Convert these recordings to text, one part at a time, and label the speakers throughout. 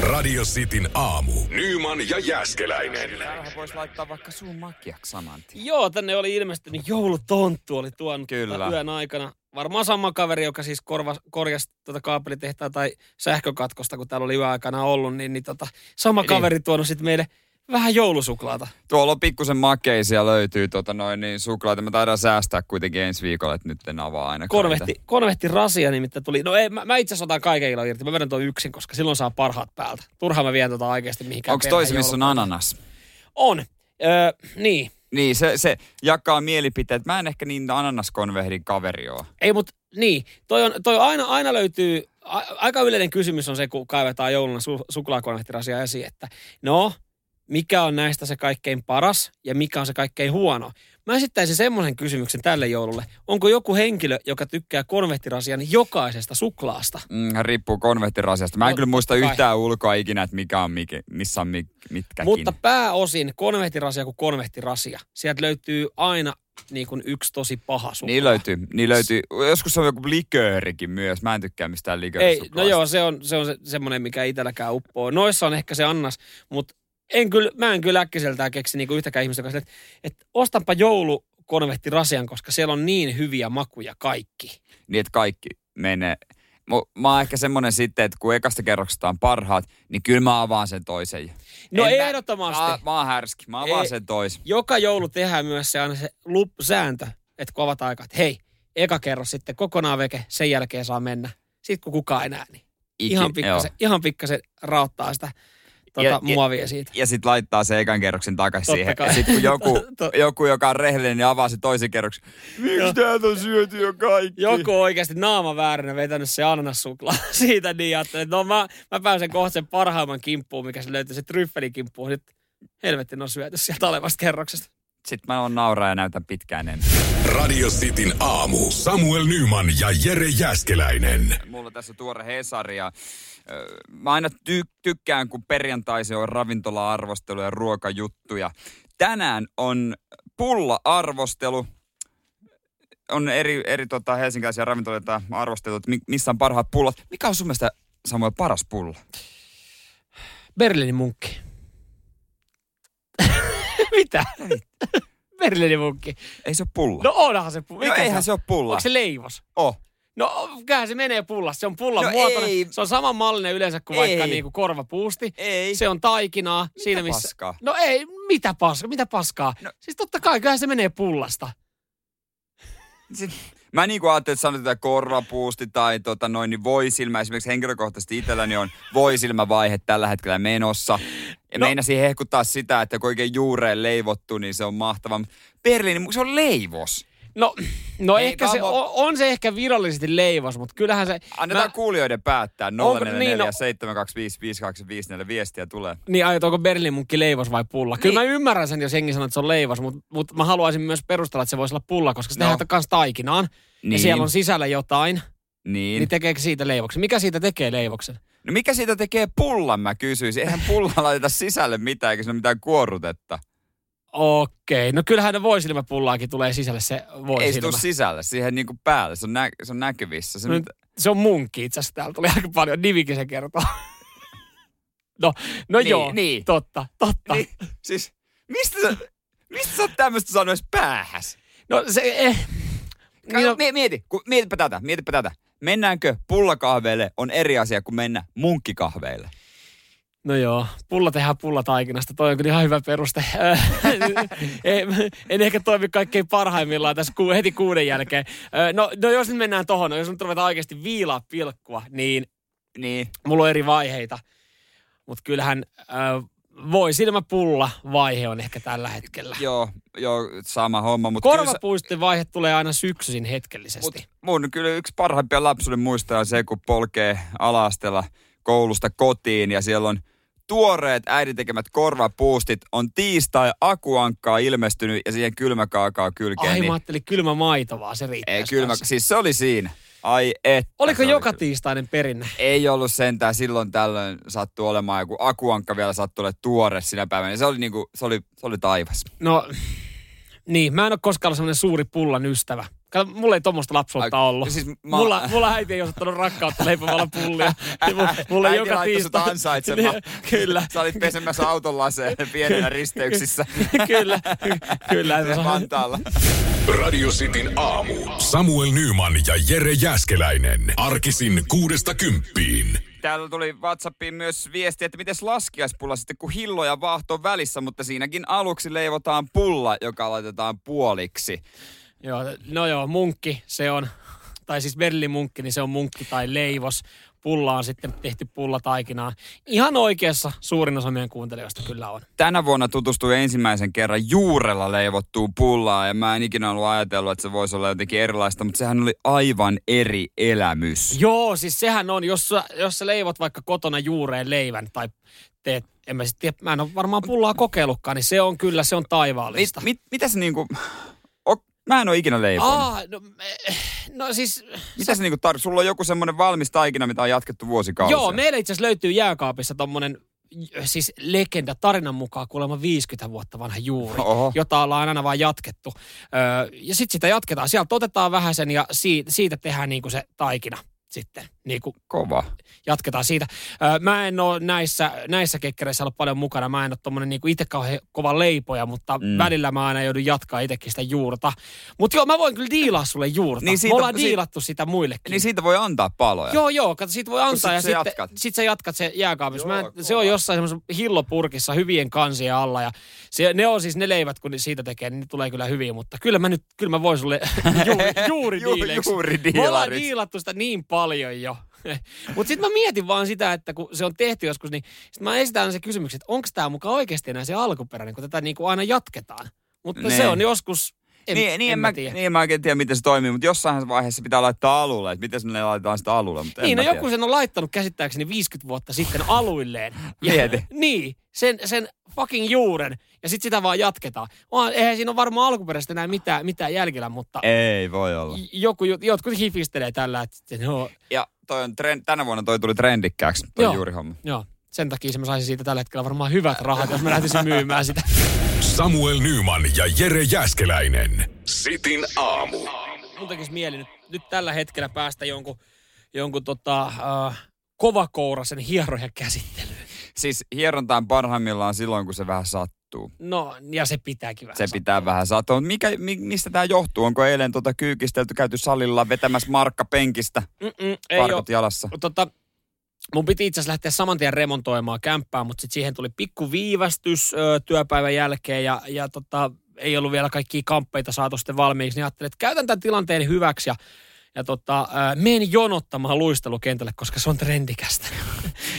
Speaker 1: Radio Cityn aamu. Nyman ja Jäskeläinen.
Speaker 2: Tähän voisi laittaa vaikka sun makiaksi saman tien.
Speaker 3: Joo, tänne oli ilmestynyt joulutonttu, oli tuon tota
Speaker 2: Kyllä.
Speaker 3: yön aikana. Varmaan sama kaveri, joka siis korva, korjasi tätä kaapelitehtaa tai sähkökatkosta, kun täällä oli yön aikana ollut, niin, niin tota, sama
Speaker 2: Niin.
Speaker 3: kaveri tuonut sitten meille vähän joulusuklaata.
Speaker 2: Tuolla on pikkusen makeisia löytyy tota noin niin suklaata. Me taidaan säästää kuitenkin ensi viikolla, että nyt en avaa aina.
Speaker 3: Konvehti, konvehti rasia nimittäin tuli. No ei, mä, mä itse asiassa otan kaiken ilon irti. Mä vedän tuon yksin, koska silloin saa parhaat päältä. Turha mä vien tota oikeasti mihinkään.
Speaker 2: Onko
Speaker 3: perheen
Speaker 2: toisi, missä on
Speaker 3: joulukuuteen.
Speaker 2: ananas?
Speaker 3: On. Öö, niin.
Speaker 2: Niin, se, se jakaa mielipiteet. Mä en ehkä niin ananaskonvehdin kaveri oo.
Speaker 3: Ei, mutta niin. Toi, on, toi aina, aina löytyy, a, aika yleinen kysymys on se, kun kaivetaan jouluna su, suklaakonvehtirasiaa esiin, että no, mikä on näistä se kaikkein paras ja mikä on se kaikkein huono. Mä esittäisin semmoisen kysymyksen tälle joululle. Onko joku henkilö, joka tykkää konvehtirasian jokaisesta suklaasta?
Speaker 2: Mm, riippuu konvehtirasiasta. Mä en
Speaker 3: No,
Speaker 2: kyllä muista
Speaker 3: kai.
Speaker 2: yhtään ulkoa ikinä, että mikä on mikä, missä on mik, mitkäkin.
Speaker 3: Mutta pääosin konvehtirasia kuin konvehtirasia. Sieltä löytyy aina niin kuin yksi tosi paha suklaa.
Speaker 2: niin löytyy, niin löytyy. Joskus on joku liköörikin myös. Mä en tykkää mistään
Speaker 3: Ei,
Speaker 2: liköörisuklaasta.
Speaker 3: no joo, se on, se on se, semmoinen, mikä itselläkään uppoo. Noissa on ehkä se annas, mutta en kyllä, mä en kyllä äkkiseltään keksi niinku yhtäkään ihmistä, joka sanoo, että, että ostanpa joulukonvehti rasian, koska siellä on niin hyviä makuja kaikki.
Speaker 2: niin että kaikki menee. Mu- Mä oon ehkä semmonen sitten, että kun ekasta kerroksesta on parhaat, niin kyllä mä avaan sen toisen.
Speaker 3: No
Speaker 2: En mä-
Speaker 3: ehdottomasti.
Speaker 2: Mä, mä oon härski, mä avaan
Speaker 3: Ei.
Speaker 2: sen toisen.
Speaker 3: Joka joulu tehdään myös se aina se lup, sääntö, että kun avataan aikaa, että hei, eka kerros sitten kokonaan veke, sen jälkeen saa mennä. Sitten kun kukaan ei näe, niin
Speaker 2: Iki-
Speaker 3: ihan pikkasen, ihan pikkasen raottaa sitä tuota,
Speaker 2: Ja- ja-
Speaker 3: muovia siitä.
Speaker 2: Ja sit laittaa sen ekan kerroksen takaisin
Speaker 3: Totta
Speaker 2: siihen.
Speaker 3: kai.
Speaker 2: Ja sit kun joku,
Speaker 3: To-
Speaker 2: joku, joka on rehellinen, niin avaa sen toisen kerroksen. Miksi
Speaker 3: Joo.
Speaker 2: täältä on syöty jo kaikki?
Speaker 3: Joku on oikeasti naama väärinä vetänyt se ananassuklaa siitä niin, ja ajattelin, että no mä, mä pääsen kohta sen parhaimman kimppuun, mikä se löytyy, se tryffelikimppu. Nyt helvetin on syöty sieltä alemmasta kerroksesta.
Speaker 2: Sitten mä oon nauraa ja näytän pitkään en.
Speaker 1: Radio Cityn aamu. Samuel Nyman ja Jere Jäskeläinen.
Speaker 2: Mulla tässä on tuore Hesari ja ö, mä aina ty- tykkään, kun perjantaisin on ravintola-arvostelu ja ruokajuttuja. Tänään on pulla-arvostelu. On eri, eri tota, helsinkiläisiä ravintoloita arvosteltu, että mi- missä on parhaat pullat. Mikä on sun mielestä Samuel paras pulla?
Speaker 3: Berliinin munkki. Mitä? Berliinin munkki.
Speaker 2: Ei se ole pulla.
Speaker 3: No onhan se pulla.
Speaker 2: no eihän se ole pulla.
Speaker 3: Onko se leivos?
Speaker 2: Oh.
Speaker 3: No kyllähän se menee pullassa. Se on pullan
Speaker 2: No
Speaker 3: muotoinen.
Speaker 2: ei.
Speaker 3: Se on saman mallinen yleensä kuin
Speaker 2: Ei.
Speaker 3: vaikka niinku korvapuusti.
Speaker 2: Ei.
Speaker 3: Se on taikinaa. Mitä siinä missä...
Speaker 2: paskaa?
Speaker 3: No ei, mitä paskaa, mitä paskaa.
Speaker 2: No-
Speaker 3: No. Siis totta kai, kyllähän se menee pullasta.
Speaker 2: Sit- Mä niin kuin ajattelin, että sanotaan että korvapuusti tai tota noin, niin voisilmä. Esimerkiksi henkilökohtaisesti itselläni on voisilmävaihe tällä hetkellä menossa. Ja no.
Speaker 3: No.
Speaker 2: meinasin hehkuttaa sitä, että kun oikein juureen leivottu, niin se on mahtava. Mut Berliini, mu- se on leivos.
Speaker 3: No, no
Speaker 2: Ei,
Speaker 3: ei, ehkä se,
Speaker 2: Gabo.
Speaker 3: on, on se ehkä virallisesti leivos, mutta kyllähän se...
Speaker 2: Annetaan mä... kuulijoiden päättää. 044-725-525
Speaker 3: niin, no-
Speaker 2: viestiä tulee.
Speaker 3: Niin ajat, onko Berliin munkki leivos vai pulla? Kyllä
Speaker 2: Niin.
Speaker 3: mä ymmärrän sen, jos jengi sanoo, että se on leivos, mutta mut mä haluaisin myös perustella, että se voisi olla pulla, koska se
Speaker 2: No.
Speaker 3: tehdään myös taikinaan.
Speaker 2: Niin.
Speaker 3: Ja siellä on sisällä jotain,
Speaker 2: Niin.
Speaker 3: niin tekeekö siitä leivoksen? Mikä siitä tekee leivoksen?
Speaker 2: No mikä siitä tekee pullan, mä kysyisin. Eihän pulla laiteta sisälle mitään, eikä siinä ole mitään kuorrutetta.
Speaker 3: Okei, no kyllähän ne voisilmäpullaakin tulee sisälle se
Speaker 2: Ei se tule
Speaker 3: voisilmä.
Speaker 2: sisälle, siihen niinku päälle. Se on, nä- se on näkyvissä. Se
Speaker 3: No, se on munkki itse asiassa, täällä tuli aika paljon, nimikin se kertoo. No, no
Speaker 2: Niin,
Speaker 3: joo,
Speaker 2: niin.
Speaker 3: totta, totta.
Speaker 2: Niin, siis, mistä sä, mistä sä oot tämmöistä saanut edes päähäs?
Speaker 3: No se, eh.
Speaker 2: Ka-
Speaker 3: Niin, no,
Speaker 2: mie- mieti, kun, mietipä tätä, mietipä tätä. Mennäänkö pullakahveille on eri asia kuin mennä munkkikahveille.
Speaker 3: no joo, pulla tehdään pullataikinasta, toi on kyllä ihan hyvä peruste. en, en ehkä toimi kaikkein parhaimmillaan tässä ku, heti kuuden jälkeen. Ö, No, no jos nyt mennään tohon, no jos nyt ruvetaan oikeasti viilaa pilkkua, niin
Speaker 2: Niin.
Speaker 3: mulla on eri vaiheita. Mutta kyllähän äh, voi silmäpulla vaihe on ehkä tällä hetkellä.
Speaker 2: Joo, joo sama homma. Mutta
Speaker 3: Korvapuisten vaihe tulee aina syksyisin hetkellisesti.
Speaker 2: mut mun kyllä yksi parhaimpia lapsuuden muistoja on se, kun polkee alastella koulusta kotiin ja siellä on tuoreet äidin tekemät korvapuustit on tiistai akuankkaa ilmestynyt ja siihen kylmä kaakaa kylkeen.
Speaker 3: Ai
Speaker 2: niin,
Speaker 3: mä ajattelin kylmä maito vaan, se riittää.
Speaker 2: ei,
Speaker 3: jos
Speaker 2: kylmä,
Speaker 3: taas.
Speaker 2: siis se oli siinä. Ai että.
Speaker 3: Oliko
Speaker 2: se oli
Speaker 3: joka
Speaker 2: kyllä.
Speaker 3: tiistainen perinne?
Speaker 2: Ei ollut sentään silloin tällöin sattu olemaan joku akuankka vielä sattu olemaan tuore sinä päivänä. niin Se oli, niinku, se oli, se oli taivas.
Speaker 3: No, niin, mä en ole koskaan ollut sellainen suuri pullan ystävä. Kato, mulla ei tuommoista lapsuutta
Speaker 2: Ai,
Speaker 3: ollut.
Speaker 2: siis
Speaker 3: Siis
Speaker 2: mä-
Speaker 3: mä... mulla, mulla äiti ei osoittanut rakkautta leipomalla pullia. Ja mu- mulla
Speaker 2: Äiti
Speaker 3: joka
Speaker 2: laittoi sut
Speaker 3: tiistai... Niin,
Speaker 2: ansaitsemaan.
Speaker 3: kyllä,
Speaker 2: Sä olit pesemässä auton laseen pienellä risteyksissä
Speaker 3: kyllä, kyllä.
Speaker 2: siellä Vantaalla.
Speaker 1: Radio Cityn aamu. Samuel Nyman ja Jere Jäskeläinen. Arkisin kuudesta kymppiin.
Speaker 2: Täällä tuli WhatsAppiin myös viesti, että miten laskiaispulla sitten, kun hillo ja vaahto on välissä, mutta siinäkin aluksi leivotaan pulla, joka laitetaan puoliksi.
Speaker 3: Joo, no joo, munkki se on, tai siis berlimunkki, niin se on munkki tai leivos. Pulla on sitten tehty pulla taikinaan. Ihan oikeassa suurin osa meidän kuuntelijoista kyllä on.
Speaker 2: Tänä vuonna tutustuin ensimmäisen kerran juurella leivottuun pullaan ja mä en ikinä ollut ajatellut, että se voisi olla jotenkin erilaista, mutta sehän oli aivan eri elämys.
Speaker 3: Joo, siis sehän on, jos sä, jos sä leivot vaikka kotona juureen leivän tai teet, en mä sit tiedä, mä en ole varmaan pullaa kokeillutkaan, niin se on kyllä, se on
Speaker 2: Mit,
Speaker 3: taivaallista.
Speaker 2: mit, mitä se niinku... O, mä en ole ikinä leivonnut.
Speaker 3: Aa, no, eh, no siis,
Speaker 2: Mitä se niinku tar- Sulla on joku semmoinen valmis taikina, mitä on jatkettu vuosikausia.
Speaker 3: joo, meillä itse asiassa löytyy jääkaapissa tommonen j- siis legenda tarinan mukaan kuulemma 50 vuotta vanha juuri,
Speaker 2: Oho.
Speaker 3: jota ollaan aina vaan jatkettu. Öö, ja sitten sitä jatketaan. Sieltä otetaan vähän sen ja siitä, siitä tehdään niinku se taikina sitten. Niinku
Speaker 2: Kova.
Speaker 3: jatketaan siitä. Öö, mä en ole näissä, näissä kekkereissä ollut paljon mukana. Mä en ole tommonen niinku itse kauhean kova leipoja, mutta
Speaker 2: Mm.
Speaker 3: mm. välillä mä aina joudun jatkaa itsekin sitä juurta. Mutta joo, mä voin kyllä diilaa sulle juurta.
Speaker 2: Niin
Speaker 3: Niin
Speaker 2: siitä-
Speaker 3: siitä, Me ollaan
Speaker 2: si-
Speaker 3: diilattu sitä muillekin.
Speaker 2: Niin siitä voi antaa paloja.
Speaker 3: Joo, joo, kato, sit voi antaa
Speaker 2: sit sä
Speaker 3: ja sitten
Speaker 2: jatkat.
Speaker 3: sit sä jatkat se jääkaapissa. Mä, en-
Speaker 2: Joo,
Speaker 3: se
Speaker 2: kova.
Speaker 3: on jossain semmoisessa hillopurkissa hyvien kansien alla ja se, ne on siis ne leivät, kun ni- siitä tekee, niin ne tulee kyllä hyviä, mutta kyllä mä nyt, kyllä mä voin sulle juuri, juuri
Speaker 2: Ju-
Speaker 3: diileiksi.
Speaker 2: juuri
Speaker 3: Me ollaan
Speaker 2: diilariksi.
Speaker 3: diilattu sitä niin paljon jo. mutta sitten mä mietin vaan sitä, että kun se on tehty joskus, niin sit mä esitän aina se kysymys, että onko tämä muka oikeasti enää se alkuperäinen, kun tätä niinku aina jatketaan. Mutta
Speaker 2: Ne.
Speaker 3: se on joskus, en,
Speaker 2: niin, niin, en mä,
Speaker 3: tiedä.
Speaker 2: niin en mä oikein tiedä, miten se toimii, mutta jossain vaiheessa pitää laittaa alulle, että miten ne laitetaan sitä alulle. Mutta en
Speaker 3: Niin, no
Speaker 2: mä tiedä.
Speaker 3: joku sen on laittanut käsittääkseni 50 vuotta sitten aluilleen.
Speaker 2: Mieti.
Speaker 3: Niin, sen, sen fucking juuren. Ja sitten sitä vaan jatketaan. Onhan, eihän siinä ole varmaan alkuperäistä enää mitään, mitään jäljellä, mutta
Speaker 2: Ei voi olla.
Speaker 3: j- joku, ju- jotkut hifistelee tällä, että sitten, no,
Speaker 2: Ja toi on trend, tänä vuonna toi tuli trendikkääksi, toi
Speaker 3: Joo.
Speaker 2: juuri homma.
Speaker 3: joo. Sen takia se mä saisin siitä tällä hetkellä varmaan hyvät rahat, jos mä lähtisin myymään sitä.
Speaker 1: Samuel Nyman ja Jere Jäskeläinen. Sitin aamu.
Speaker 3: Mun tekisi mieli nyt, nyt tällä hetkellä päästä jonkun, jonkun tota, äh, kovakourasen hieroja käsittelyyn.
Speaker 2: Siis hierontaan parhaimmillaan silloin, kun se vähän sattuu.
Speaker 3: No, ja se pitääkin vähän
Speaker 2: Se
Speaker 3: sanoa.
Speaker 2: pitää vähän sattua. Mut Mikä, mi, mistä tämä johtuu? Onko eilen tuota kyykistelty, käyty salilla vetämässä markka penkistä,
Speaker 3: Mm-mm, ei oo-
Speaker 2: parkot jalassa?
Speaker 3: tota, mun piti itse asiassa lähteä saman tien remontoimaan kämppää, mutta sitten siihen tuli pikku viivästys ö, työpäivän jälkeen ja, ja tota, ei ollut vielä kaikkia kamppeita saatu sitten valmiiksi, niin ajattelin, että käytän tämän tilanteen hyväksi ja, ja tota, ö, menen jonottamaan luistelukentälle, koska se on trendikästä.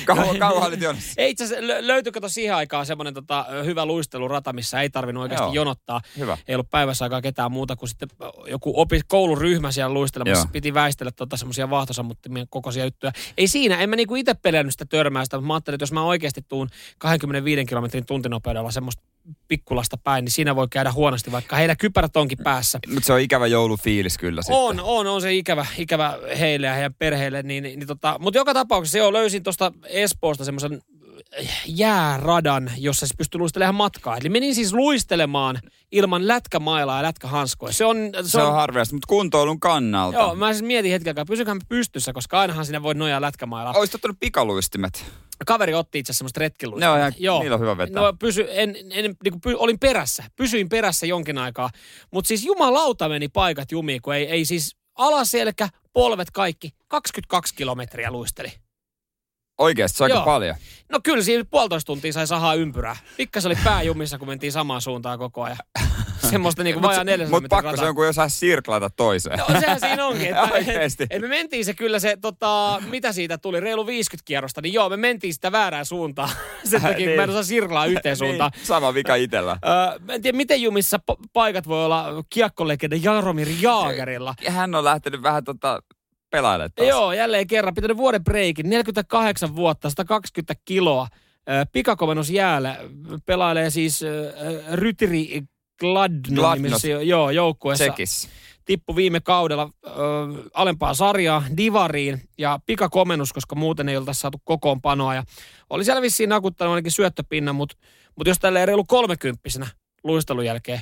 Speaker 2: Kauan, kauan olit jonossa.
Speaker 3: No Ei itse asiassa, lö- löytyi kato siihen aikaan semmoinen tota, ö, hyvä luistelurata, missä ei tarvinnut oikeasti
Speaker 2: Joo.
Speaker 3: Joo. jonottaa.
Speaker 2: Hyvä.
Speaker 3: Ei ollut päivässä aikaa ketään muuta kuin sitten joku opi, kouluryhmä siellä luistelemassa.
Speaker 2: Joo.
Speaker 3: Joo. Piti väistellä tota semmoisia vaahtosammuttimien kokoisia juttuja. Ei siinä, en mä niinku itse pelännyt sitä törmäystä, mutta mä ajattelin, että jos mä oikeasti tuun 25 kilometrin tuntinopeudella semmoista pikkulasta päin, niin siinä voi käydä huonosti, vaikka heillä kypärät onkin päässä.
Speaker 2: Mutta se on ikävä joulufiilis kyllä sitten.
Speaker 3: On, on, on se ikävä, ikävä heille ja heidän perheille. Niin, niin, niin tota, mutta joka tapauksessa joo, löysin tuosta Espoosta semmoisen jääradan, jossa siis pystyy luistelemaan matkaa. Eli menin siis luistelemaan ilman lätkämailaa ja lätkähanskoja. Se on, se
Speaker 2: Se on
Speaker 3: on
Speaker 2: harvinaista, mutta kuntoilun kannalta.
Speaker 3: joo, mä siis mietin hetken aikaa, pysyköhän pystyssä, koska ainahan sinne voi nojaa lätkämailaa.
Speaker 2: Olisit ottanut pikaluistimet.
Speaker 3: Kaveri otti itse asiassa semmoista retkiluista.
Speaker 2: Ne on ihan- niillä on hyvä vetää.
Speaker 3: No pysy, en, en, niin kuin py, olin perässä, pysyin perässä jonkin aikaa. Mutta siis jumalauta meni paikat jumiin, kun ei, ei siis alaselkä, polvet kaikki. 22 kilometriä luisteli.
Speaker 2: Oikeasti, se on aika
Speaker 3: Joo.
Speaker 2: paljon.
Speaker 3: No kyllä siinä puolitoista tuntia sai sahaa ympyrää. Pikkasen oli pää jumissa, kun mentiin samaan suuntaan koko ajan. Semmoista niinku vajaa 400
Speaker 2: Mutta
Speaker 3: metrin
Speaker 2: pakko
Speaker 3: rataa.
Speaker 2: se on, kun jos hän sirklata toiseen.
Speaker 3: No sehän siinä onkin. Että,
Speaker 2: Oikeesti.
Speaker 3: Et, et me mentiin se kyllä se, tota, mitä siitä tuli, reilu 50 kierrosta, niin joo, me mentiin sitä väärään suuntaan. Sen takia,
Speaker 2: Niin.
Speaker 3: kun mä en osaa sirklaa yhteen suuntaan.
Speaker 2: Niin, sama vika itellä.
Speaker 3: Öö, mä en tiedä, miten jumissa po- paikat voi olla kiekkolegenda Jaromir Jaagerilla.
Speaker 2: Hän on lähtenyt vähän tota pelailemaan taas.
Speaker 3: Joo, jälleen kerran. Pitänyt vuoden breikin. 48 vuotta, 120 kiloa. Öö, Pikakomennus jäällä. Pelailee siis öö, Rytiri Gladno
Speaker 2: Gladnos.
Speaker 3: nimessä, joo, joukkueessa.
Speaker 2: Tsekissä.
Speaker 3: Tippu viime kaudella öö, alempaa sarjaa Divariin ja pikakomennus, koska muuten ei oltaisi saatu kokoonpanoa. Ja oli siellä vissiin nakuttanut ainakin syöttöpinnan, mutta mut jos tällä reilu kolmekymppisenä luistelun jälkeen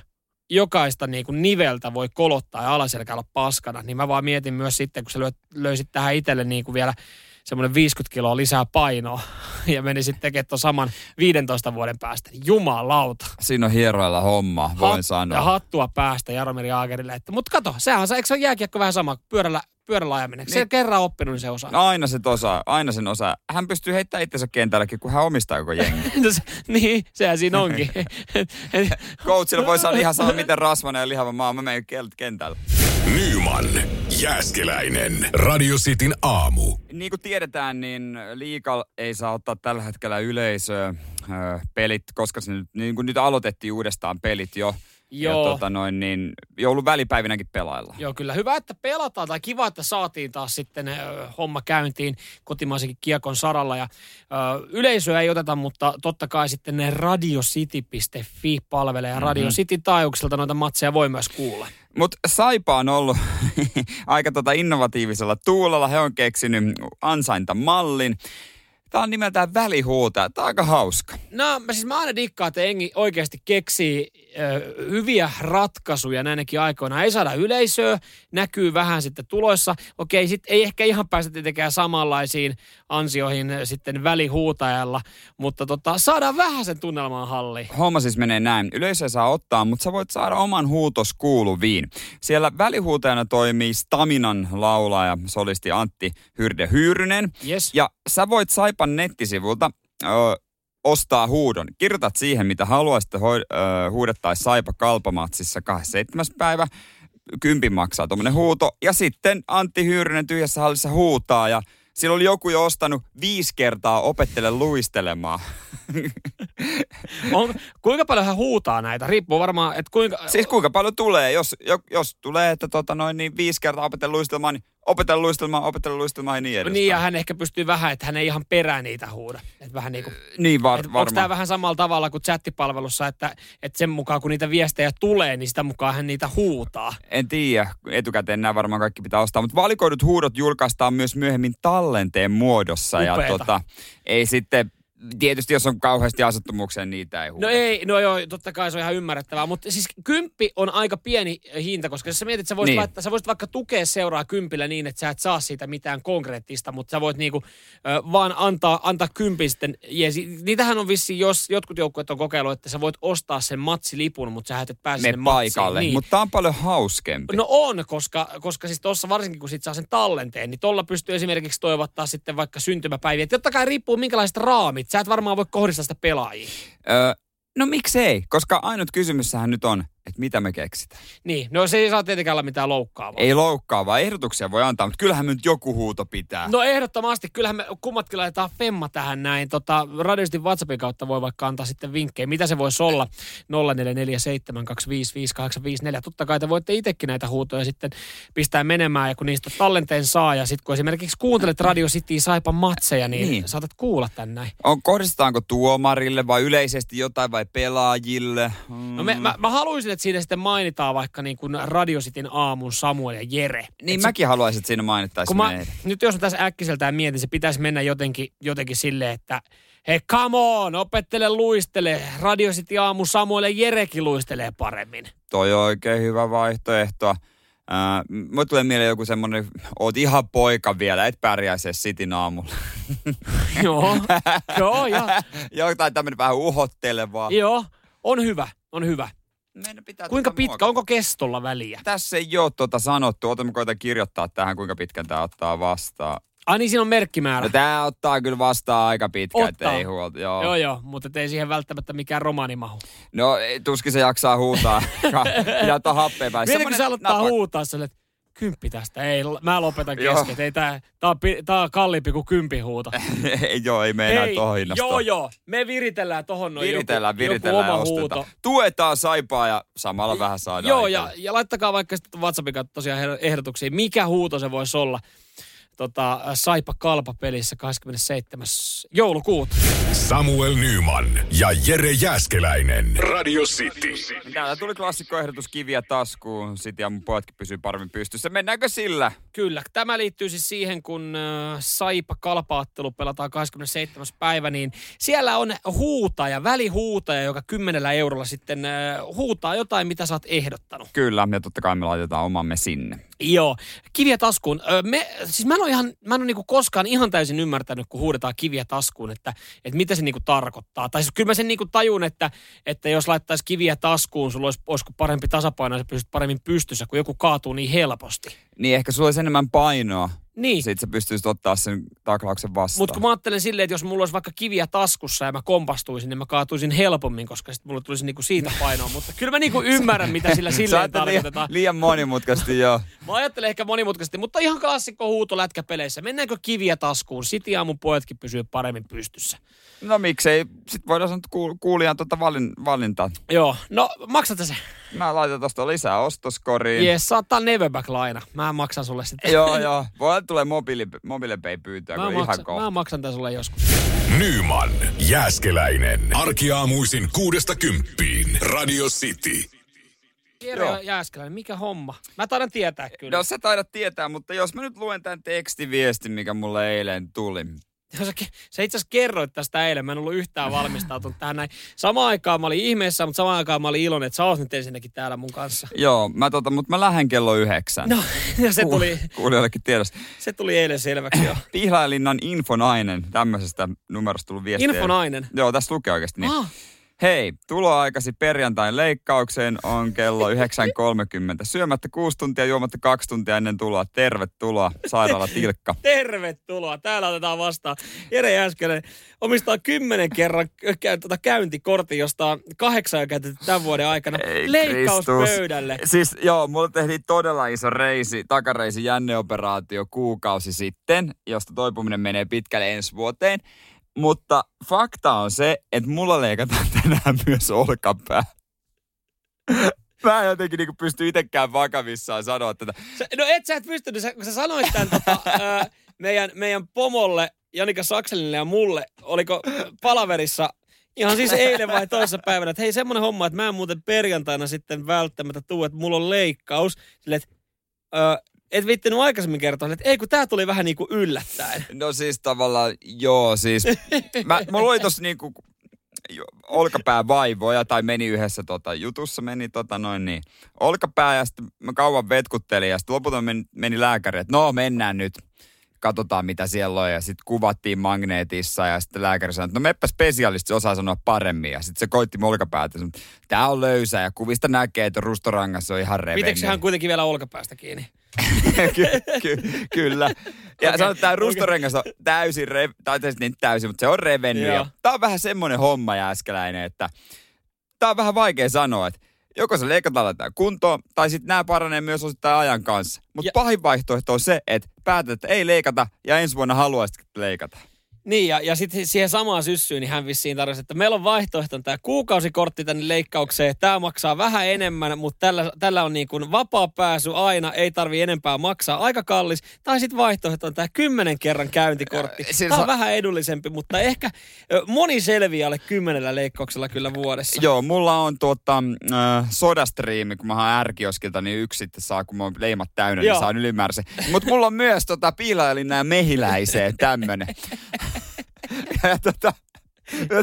Speaker 3: jokaista niin kuin niveltä voi kolottaa ja alaselkä olla paskana, niin mä vaan mietin myös sitten, kun sä lyöt, löysit tähän itselle niin kuin vielä semmoinen 50 kiloa lisää painoa ja meni sitten tekemään tuon saman 15 vuoden päästä. niin Jumalauta.
Speaker 2: Siinä on hieroilla homma, voin
Speaker 3: Hat-
Speaker 2: sanoa.
Speaker 3: Ja hattua päästä Jaromir Jaagerille. Että, mutta kato, sehän on, se- eikö se ole jääkiekko vähän sama kuin pyörällä, pyörällä ajaminen? Niin. Se
Speaker 2: Niin.
Speaker 3: kerran oppinut, niin se osaa.
Speaker 2: No aina se osaa, aina sen osaa. Hän pystyy heittämään itsensä kentälläkin, kun hän omistaa koko jengi.
Speaker 3: No se- niin, sehän siinä onkin.
Speaker 2: Coachilla voi sanoa ihan sanoa, miten rasvainen ja lihava maa. Mä menen kelt- kentällä.
Speaker 1: Nyman Jääskeläinen. Radio Cityn aamu.
Speaker 2: Niin kuin tiedetään, niin liikal ei saa ottaa tällä hetkellä yleisöä ö, pelit, koska se nyt, niin kuin nyt aloitettiin uudestaan pelit jo.
Speaker 3: Joo.
Speaker 2: Ja tota noin, niin joulun välipäivinäkin pelailla.
Speaker 3: Joo, kyllä. Hyvä, että pelataan tai kiva, että saatiin taas sitten ö, homma käyntiin kotimaisenkin kiekon saralla. Ja, ö, yleisöä ei oteta, mutta totta kai sitten ne radiocity.fi palvelee. Ja
Speaker 2: Mhm.
Speaker 3: Radio City taajuuksilta noita matseja voi myös kuulla.
Speaker 2: Mutta Saipa on ollut aika tota innovatiivisella tuulella. He on keksinyt ansaintamallin. Tämä on nimeltään välihuuta. Tämä on aika hauska.
Speaker 3: No mä siis mä aina dikkaan, että engi oikeasti keksii ö, hyviä ratkaisuja näinäkin aikoina. Ei saada yleisöä, näkyy vähän sitten tuloissa. Okei, sit ei ehkä ihan päästä tietenkään samanlaisiin ansioihin ö, sitten välihuutajalla, mutta tota, saadaan vähän sen tunnelmaan halliin.
Speaker 2: Homma siis menee näin. Yleisö saa ottaa, mutta sä voit saada oman huutos kuuluviin. Siellä välihuutajana toimii Staminan laulaja, solisti Antti Hyrde Hyyrynen.
Speaker 3: Yes.
Speaker 2: Ja sä voit Saipan nettisivulta ö, ostaa huudon. Kirjoitat siihen, mitä haluaisit hoi- ö, huudettaisi Saipa Kalpamatsissa 27. päivä. Kympin maksaa tuommoinen huuto. Ja sitten Antti Hyyrynen tyhjässä hallissa huutaa ja sillä oli joku jo ostanut viisi kertaa opettele luistelemaan.
Speaker 3: On, kuinka paljon hän huutaa näitä? Riippuu varmaan, että kuinka...
Speaker 2: Siis kuinka paljon tulee? Jos, jo- jos tulee, että tota noin, niin viisi kertaa opettele luistelemaan, niin opettele luistelemaan, opettele luistelemaan ja niin edespäin.
Speaker 3: niin, ja hän ehkä pystyy vähän, että hän ei ihan perään niitä huuda. Et vähän niin kuin,
Speaker 2: niin var,
Speaker 3: et onko
Speaker 2: varmaan.
Speaker 3: tämä vähän samalla tavalla kuin chattipalvelussa, että, että sen mukaan kun niitä viestejä tulee, niin sitä mukaan hän niitä huutaa.
Speaker 2: En tiedä, etukäteen nämä varmaan kaikki pitää ostaa, mutta valikoidut huudot julkaistaan myös myöhemmin tallenteen muodossa. Ja
Speaker 3: Upeeta.
Speaker 2: tota, ei sitten, tietysti jos on kauheasti asuttumukseen, niitä ei huuda.
Speaker 3: No ei, no joo, totta kai se on ihan ymmärrettävää, mutta siis kymppi on aika pieni hinta, koska jos sä mietit, sä voisit, niin.
Speaker 2: Niin.
Speaker 3: laittaa, sä voisit vaikka tukea seuraa kympillä niin, että sä et saa siitä mitään konkreettista, mutta sä voit niinku, ö, vaan antaa, antaa kympin sitten. Jeesi. Niitähän on vissiin, jos jotkut joukkueet on kokeillut, että sä voit ostaa sen matsilipun, mutta sä et pääse
Speaker 2: Me
Speaker 3: sinne
Speaker 2: paikalle,
Speaker 3: matsiin.
Speaker 2: niin. mutta tämä on paljon hauskempi.
Speaker 3: No on, koska, koska siis tuossa varsinkin kun sit saa sen tallenteen, niin tuolla pystyy esimerkiksi toivottaa sitten vaikka syntymäpäiviä. Et Totta kai riippuu minkälaiset raamit. Sä et varmaan voi kohdistaa sitä pelaajia.
Speaker 2: Öö, no miksei, koska ainut kysymyssähän nyt on, että mitä me keksitään.
Speaker 3: Niin, no se ei saa tietenkään olla mitään loukkaavaa.
Speaker 2: Ei loukkaavaa, ehdotuksia voi antaa, mutta kyllähän me nyt joku huuto pitää.
Speaker 3: No ehdottomasti, kyllähän me kummatkin laitetaan femma tähän näin. Tota, radioistin WhatsAppin kautta voi vaikka antaa sitten vinkkejä, mitä se voisi olla. 0447255854. Totta kai te voitte itsekin näitä huutoja sitten pistää menemään ja kun niistä tallenteen saa. Ja sitten kun esimerkiksi kuuntelet Radio City Saipa matseja, niin, niin.
Speaker 2: Niin.
Speaker 3: saatat kuulla tän näin.
Speaker 2: On, kohdistetaanko tuomarille vai yleisesti jotain vai pelaajille? Mm.
Speaker 3: No me, mä, mä haluaisin, että siinä sitten mainitaan vaikka niin kuin Radio Cityn aamun Samuel ja Jere.
Speaker 2: niin
Speaker 3: Et
Speaker 2: mäkin haluaisin, että siinä mainittaisiin
Speaker 3: Kun mä,
Speaker 2: meidät.
Speaker 3: nyt jos mä tässä äkkiseltään mietin, se pitäisi mennä jotenkin, jotenkin silleen, että hei come on, opettele luistele. Radio City aamu Samuel ja Jerekin luistelee paremmin.
Speaker 2: toi on oikein hyvä vaihtoehto. Ää, mulle tulee mieleen joku semmonen, oot ihan poika vielä, et pärjäisi edes sitin aamulla.
Speaker 3: joo, joo, joo,
Speaker 2: Jotain tämmönen vähän uhottelevaa.
Speaker 3: joo, on hyvä, on hyvä.
Speaker 2: Meidän pitää
Speaker 3: Kuinka
Speaker 2: tätä
Speaker 3: pitkä,
Speaker 2: muokata.
Speaker 3: onko kestolla väliä?
Speaker 2: Tässä ei ole tuota sanottu. Ota mä koitan kirjoittaa tähän, kuinka pitkän tämä ottaa vastaan.
Speaker 3: Ai niin, siinä on merkkimäärä.
Speaker 2: No, tämä ottaa kyllä vastaan aika pitkään,
Speaker 3: Ottaa.
Speaker 2: että ei huolta. Joo.
Speaker 3: Joo, joo, mutta ei siihen välttämättä mikään romaani mahu.
Speaker 2: No ei, tuskin se jaksaa huutaa. Pitää ottaa happea päin.
Speaker 3: Mietin, kun
Speaker 2: Semmonen
Speaker 3: se aloittaa
Speaker 2: napak-
Speaker 3: huutaa sille, että kymppi tästä, ei, mä lopetan
Speaker 2: Joo.
Speaker 3: kesken. ei tää, tää, on, pi- tää on kalliimpi kuin kympi huuta.
Speaker 2: Ei, joo, ei mene enää
Speaker 3: Ei,
Speaker 2: tohon hinnastoon.
Speaker 3: Joo, joo. Me viritellään tohon noin
Speaker 2: Viritellään,
Speaker 3: No joku,
Speaker 2: viritellään
Speaker 3: joku
Speaker 2: ja
Speaker 3: oma
Speaker 2: ostetaan.
Speaker 3: huuto.
Speaker 2: Tuetaan saipaa ja samalla vähän saadaan.
Speaker 3: Joo,
Speaker 2: itselle.
Speaker 3: ja, ja laittakaa vaikka sitten WhatsAppin kautta tosiaan ehdotuksia, mikä huuto se voisi olla. tota, Saipa Kalpa pelissä 27. joulukuuta.
Speaker 1: Samuel Nyman ja Jere Jäskeläinen. Radio City.
Speaker 2: Täällä tuli klassikkoehdotus kiviä taskuun. Sitten ja mun pojatkin pysyy paremmin pystyssä. Mennäänkö sillä?
Speaker 3: Kyllä, tämä liittyy siis siihen, kun äh, Saipa Kalpaattelu pelataan 27. päivä, niin siellä on huutaja, välihuutaja, joka kymmenellä eurolla sitten äh, huutaa jotain, mitä sä oot ehdottanut.
Speaker 2: Kyllä, ja totta kai me laitetaan omamme sinne.
Speaker 3: Joo, kiviä taskuun. Ö, Me, siis mä en ole, ihan, mä en ole niinku koskaan ihan täysin ymmärtänyt, kun huudetaan kiviä taskuun, että, että mitä se niinku tarkoittaa. Tai siis kyllä mä sen niinku tajun, että, että jos laittaisi kiviä taskuun, sulla olisi olisiko parempi tasapaino ja sä pysyt paremmin pystyssä, kun joku kaatuu niin helposti.
Speaker 2: Niin ehkä sulla olisi enemmän painoa.
Speaker 3: Niin,
Speaker 2: Sitten sä pystyisit ottaa sen taklauksen vastaan.
Speaker 3: mutta kun mä ajattelen silleen, että jos mulla olisi vaikka kiviä taskussa ja mä kompastuisin, niin mä kaatuisin helpommin, koska sitten mulla tulisi niinku siitä painoa. Mutta kyllä mä niinku ymmärrän, mitä sillä
Speaker 2: Sä
Speaker 3: silleen
Speaker 2: ajattelet
Speaker 3: tarkoitetaan.
Speaker 2: liian, liian monimutkaisesti, joo.
Speaker 3: Mä ajattelen ehkä monimutkaisesti, mutta ihan klassikko huuto lätkäpeleissä. Mennäänkö kiviä taskuun? Siti aamun pojatkin pysyy paremmin pystyssä.
Speaker 2: No miksei, sit voidaan sanoa että kuul- kuulijan tuota valin, valintaa.
Speaker 3: Joo, no maksat sä se.
Speaker 2: Mä laitan tosta lisää ostoskoriin.
Speaker 3: Jees, saattaa Neverback-laina. Mä maksan sulle sitä.
Speaker 2: Joo, joo. Voi olla, että tulee mobiili, mobiilepei pyytää,
Speaker 3: Mä
Speaker 2: kun ihan
Speaker 3: maksan,
Speaker 2: kohta.
Speaker 3: mä maksan tän sulle joskus.
Speaker 1: Nyman, Jääskeläinen. Arkiaamuisin kuudesta kymppiin. Radio City.
Speaker 3: Jero
Speaker 2: Joo.
Speaker 3: Jääskeläinen, mikä homma? Mä taidan tietää kyllä.
Speaker 2: No sä taidat tietää, mutta jos mä nyt luen tämän tekstiviestin, mikä mulle eilen tuli.
Speaker 3: Sä, sä itse asiassa kerroit tästä eilen, mä en ollut yhtään valmistautunut tähän näin. Samaan aikaan mä olin ihmeessä, mutta samaan aikaan mä olin iloinen, että sä oot nyt ensinnäkin täällä mun kanssa.
Speaker 2: Joo, mä tota, mutta mä lähden kello yhdeksän.
Speaker 3: No, ja se tuli,
Speaker 2: Kuulijoillekin tiedosta.
Speaker 3: se tuli eilen selväksi jo.
Speaker 2: Pihlajalinnan infonainen, tämmöisestä numerosta tullut viestiä.
Speaker 3: Infonainen.
Speaker 2: Joo, tässä lukee oikeasti niin.
Speaker 3: Ah,
Speaker 2: Hei, tuloaikasi perjantain leikkaukseen on kello 9.30. Syömättä kuusi tuntia, juomatta kaksi tuntia ennen tuloa. Tervetuloa, sairaala Tilkka.
Speaker 3: Tervetuloa. Täällä otetaan vastaan. Jere Jääskänen omistaa kymmenen kerran k- kä- tota käyntikortin, josta on kahdeksan on käytetty tämän vuoden aikana
Speaker 2: Ei,
Speaker 3: leikkauspöydälle.
Speaker 2: Kristus. Siis joo, mulle tehtiin todella iso reisi, takareisi, jänneoperaatio kuukausi sitten, josta toipuminen menee pitkälle ensi vuoteen. Mutta fakta on se, että mulla leikataan tänään myös olkapää. Mä en jotenkin niinku pysty itsekään vakavissaan sanoa tätä.
Speaker 3: Sä, no et sä et pystynyt, sä, kun sä sanoit tämän tota, ö, meidän, meidän pomolle, Janika Sakselille ja mulle, oliko palaverissa ihan siis eilen vai toisessa päivänä, että hei semmonen homma, että mä en muuten perjantaina sitten välttämättä tuu, että mulla on leikkaus. Silleen, että ö, et vittinyt aikaisemmin kertoa, että ei kun tää tuli vähän niinku yllättäen.
Speaker 2: No siis tavallaan, joo siis. Mä, mä luin tossa niinku jo- olkapäävaivoja tai meni yhdessä tota, jutussa, meni tota noin niin. Olkapää ja sitten mä kauan vetkuttelin ja sitten lopulta meni, meni lääkäri, että no mennään nyt. Katsotaan mitä siellä on ja sitten kuvattiin magneetissa ja sitten lääkäri sanoi, että no meppä spesialisti se osaa sanoa paremmin ja sitten se koitti mun olkapäätä. ja sanoi, Tää on löysä ja kuvista näkee, että rustorangassa on ihan revennyt.
Speaker 3: Pitikö hän kuitenkin vielä olkapäästä kiinni?
Speaker 2: Ky- ky- kyllä. Ja
Speaker 3: Okei,
Speaker 2: okay. sanotaan, että
Speaker 3: okei.
Speaker 2: rustorengas on täysin, re- tai siis niin täysin, mutta se on revennyt.
Speaker 3: Joo.
Speaker 2: Ja Tämä on vähän semmoinen homma, Jääskeläinen, että tämä on vähän vaikea sanoa, että joko se leikataan laitetaan kuntoon, tai sitten nämä paranee myös osittain ajan kanssa. Mutta
Speaker 3: Ja-
Speaker 2: pahin vaihtoehto on se, että päätät, että ei leikata, ja ensi vuonna haluaisit leikata.
Speaker 3: Niin, ja, ja sitten siihen samaan syssyyn niin hän vissiin tarjosi, että meillä on vaihtoehto tämä kuukausikortti tänne leikkaukseen. Tämä maksaa vähän enemmän, mutta tällä, tällä on niin kuin vapaa pääsy aina, ei tarvi enempää maksaa, aika kallis. Tai sitten vaihtoehto on tämä kymmenen kerran käyntikortti.
Speaker 2: Äh, siis
Speaker 3: Tämä on
Speaker 2: on-
Speaker 3: vähän edullisempi, mutta ehkä ö, moni selviää alle kymmenellä leikkauksella kyllä vuodessa.
Speaker 2: Joo, mulla on tuota, äh, sodastriimi, kun mä oon R-kioskilta, niin yksi sitten saa, kun mä oon leimat täynnä,
Speaker 3: Joo.
Speaker 2: niin saan ylimääräisen. Mutta mulla on myös tota, piilailin mehiläiseen tämmönen. ja tota,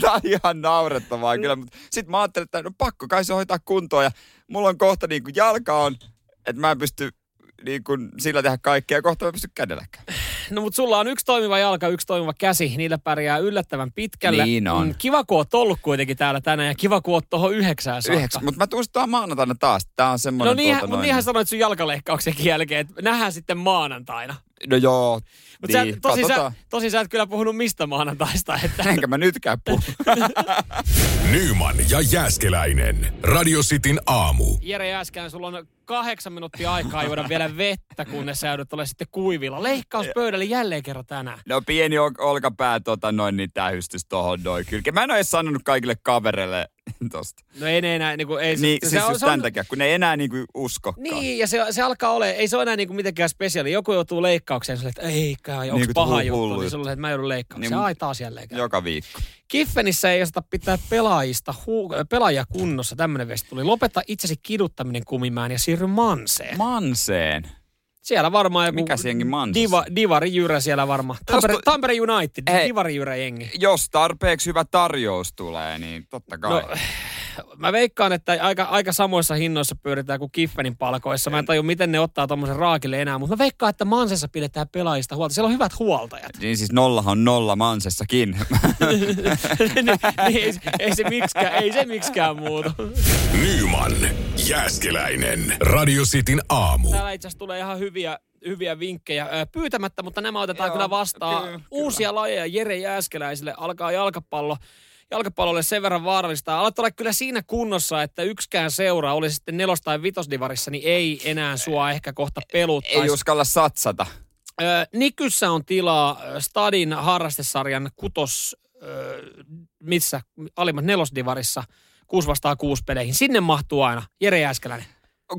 Speaker 2: Tämä on ihan naurettavaa kyllä, mutta sitten mä ajattelin, että no pakko kai se hoitaa kuntoon ja mulla on kohta niin kuin jalka on, että mä en pysty niin kuin sillä tehdä kaikkea ja kohta mä en pysty kädelläkään.
Speaker 3: No mutta sulla on yksi toimiva jalka, yksi toimiva käsi, niillä pärjää yllättävän pitkälle.
Speaker 2: Niin on.
Speaker 3: Mm, Kiva kun oot ollut kuitenkin täällä tänään ja kiva kun oot tuohon yhdeksään saakka.
Speaker 2: Yhdeksän, mutta mä tuun sitten maanantaina taas. Tää on
Speaker 3: No
Speaker 2: semmoinen
Speaker 3: niinhän,
Speaker 2: tuota
Speaker 3: mutta
Speaker 2: noin-
Speaker 3: niinhän sanoit sun jalkaleikkauksen jälkeen, että nähdään sitten maanantaina.
Speaker 2: No joo,
Speaker 3: Mutta
Speaker 2: niin,
Speaker 3: niin, tosi, sä,
Speaker 2: katsotaan.
Speaker 3: tosi sä et kyllä puhunut mistä maanantaista. Että,
Speaker 2: Enkä mä nytkään puhu.
Speaker 1: Nyman ja Jääskeläinen. Radio Cityn aamu.
Speaker 3: Jere Jääskään, sulla on kahdeksan minuuttia aikaa juoda vielä vettä, kunnes sä joudut olemaan sitten kuivilla. Leikkauspöydälle jälleen kerran tänään.
Speaker 2: No pieni ol- olkapää tota noin niin tähystys tohon noin kylkeen. Mä en oo edes sanonut kaikille kavereille tosta.
Speaker 3: No ei ne enää, niin kuin, ei,
Speaker 2: Niin,
Speaker 3: se,
Speaker 2: siis
Speaker 3: se, on,
Speaker 2: just
Speaker 3: se on,
Speaker 2: tämän takia, kun ne ei enää niinku uskokaan.
Speaker 3: Niin, ja se, se alkaa ole, ei se ole enää niinku mitenkään spesiaali. Joku joutuu leikkaukseen, sulle, että ei kai, onko
Speaker 2: Niinku
Speaker 3: paha
Speaker 2: hullu
Speaker 3: juttu,
Speaker 2: juttu.
Speaker 3: niin sulle, että mä joudun leikkaukseen.
Speaker 2: Niin,
Speaker 3: Niin,
Speaker 2: mut-
Speaker 3: Ai taas jälleen käy.
Speaker 2: Joka viikko.
Speaker 3: Kiffenissä ei osata pitää pelaajista huu- pelaajia kunnossa. Tämmöinen viesti tuli. Lopeta itsesi kiduttaminen kumimään ja siirry manseen.
Speaker 2: Manseen.
Speaker 3: Siellä varmaan joku
Speaker 2: Mikä se jengi Mansassa?
Speaker 3: diva, divari jyrä siellä varmaan. Tampere,
Speaker 2: Tosta-
Speaker 3: Tampere United,
Speaker 2: Hei.
Speaker 3: divari jyrä jengi.
Speaker 2: Jos tarpeeksi hyvä tarjous tulee, niin totta kai.
Speaker 3: No, mä veikkaan, että aika, aika samoissa hinnoissa pyöritään kuin Kiffenin palkoissa. Mä en tajua, miten ne ottaa tommosen raakille enää, mutta mä veikkaan, että Mansessa pidetään pelaajista huolta. Siellä on hyvät huoltajat.
Speaker 2: Niin siis nollahan on nolla Mansessakin.
Speaker 3: niin, niin ei, se- ei, se miksikään, ei se miksikään muutu.
Speaker 1: Nyman, Jääskeläinen. Radio Cityn aamu.
Speaker 3: Täällä itse asiassa tulee ihan hyviä, hyviä vinkkejä ö, pyytämättä, mutta nämä otetaan
Speaker 2: Joo,
Speaker 3: kyllä vastaan.
Speaker 2: kyllä, kyllä.
Speaker 3: Uusia lajeja Jere Jääskeläiselle alkaa jalkapallo. Jalkapallolle sen verran vaarallista. Alat olla kyllä siinä kunnossa, että yksikään seura, oli sitten nelos- tai vitosdivarissa, niin ei enää sua ehkä kohta
Speaker 2: ei
Speaker 3: peluttaisi.
Speaker 2: uskalla satsata.
Speaker 3: Ö, Nikyssä on tilaa ö, Stadin harrastesarjan kutos, ö, missä alimmat nelosdivarissa, 6 vastaan 6 peleihin. Sinne mahtuu aina Jere Jääskeläinen.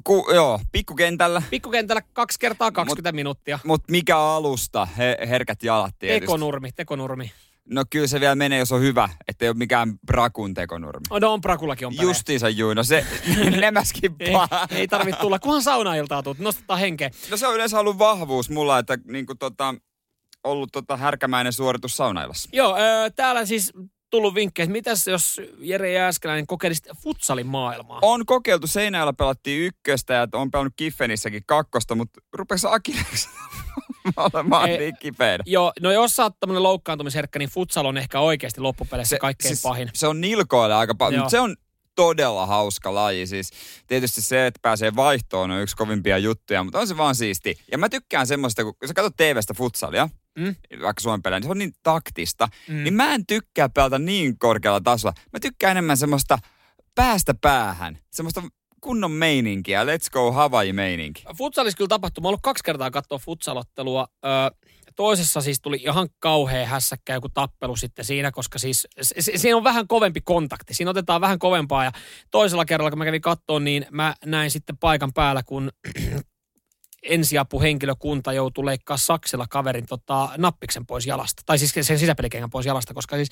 Speaker 2: Ku, joo, pikkukentällä.
Speaker 3: Pikkukentällä kaksi kertaa 20 minuuttia.
Speaker 2: Mutta mikä alusta? He, herkät jalat tietysti.
Speaker 3: Tekonurmi, tekonurmi.
Speaker 2: No kyllä se vielä menee, jos on hyvä, ettei ole mikään brakun tekonurmi.
Speaker 3: Oh, No on Prakullakin on pelejä.
Speaker 2: Justiinsa juu, no se nemäskin
Speaker 3: Ei,
Speaker 2: paha.
Speaker 3: ei tarvitse tulla, kunhan saunailtaa tuut, nostetaan henkeä.
Speaker 2: No se on yleensä ollut vahvuus mulla, että niinku tota, ollut tota härkämäinen suoritus saunailassa.
Speaker 3: Joo, ö, täällä siis tullut vinkkejä, että mitäs jos Jere Jääskeläinen kokeilisi futsalimaailmaa?
Speaker 2: On kokeiltu, Seinäjällä pelattiin ykköstä ja on pelannut Kiffenissäkin kakkosta, mutta rupesi Akileksen olemaan
Speaker 3: Ei-
Speaker 2: niin kipeänä.
Speaker 3: Joo, no jos sä oot tämmönen loukkaantumisherkkä, niin futsal on ehkä oikeasti loppupeleissä se, kaikkein
Speaker 2: siis,
Speaker 3: pahin.
Speaker 2: Se on nilkoille aika pahin,
Speaker 3: Joo.
Speaker 2: mutta se on todella hauska laji. Siis tietysti se, että pääsee vaihtoon on yksi kovimpia juttuja, mutta on se vaan siisti. Ja mä tykkään semmoista, kun sä katsot TVstä futsalia,
Speaker 3: Mm.
Speaker 2: vaikka Suomen pelejä, niin se on niin taktista.
Speaker 3: Mm.
Speaker 2: Niin mä en tykkää pelata niin korkealla tasolla. Mä tykkään enemmän semmoista päästä päähän, semmoista kunnon meininkiä, let's go Hawaii-meininki.
Speaker 3: Futsalissa kyllä tapahtui. Mä oon ollut kaksi kertaa katsoa futsalottelua. Ö, toisessa siis tuli ihan kauhea hässäkkä joku tappelu sitten siinä, koska siis se- se- siinä on vähän kovempi kontakti. Siinä otetaan vähän kovempaa ja toisella kerralla, kun mä kävin kattoon, niin mä näin sitten paikan päällä, kun ensiapuhenkilökunta joutuu leikkaa saksilla kaverin tota, nappiksen pois jalasta. Tai siis sen sisäpelikengän pois jalasta, koska siis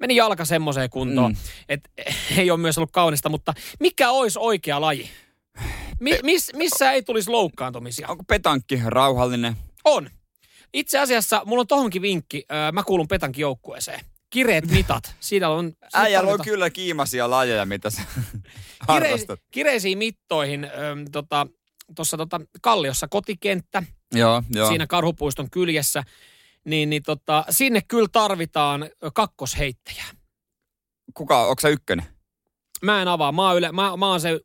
Speaker 3: meni jalka semmoiseen kuntoon,
Speaker 2: Mm.
Speaker 3: mm. että ei ole myös ollut kaunista. Mutta mikä olisi oikea laji? Mi- miss, missä ei tulisi loukkaantumisia?
Speaker 2: Onko petankki rauhallinen?
Speaker 3: On. Itse asiassa mulla on tohonkin vinkki. Öö, Mä kuulun Petankin joukkueeseen. Kireet mitat. Siinä on... siinä
Speaker 2: Äijällä on
Speaker 3: tarvitaan-
Speaker 2: kyllä kiimaisia lajeja, mitä sä
Speaker 3: Kire,
Speaker 2: harrastat.
Speaker 3: kireisiin mittoihin öm, tota, tuossa tota, Kalliossa kotikenttä,
Speaker 2: Joo,
Speaker 3: Joo.
Speaker 2: joo.
Speaker 3: siinä Karhupuiston kyljessä, niin, niin tota, sinne kyllä tarvitaan ö, kakkosheittäjää.
Speaker 2: Kuka, onko sä ykkönen?
Speaker 3: Mä en avaa, mä oon, yle, mä, mä oon se,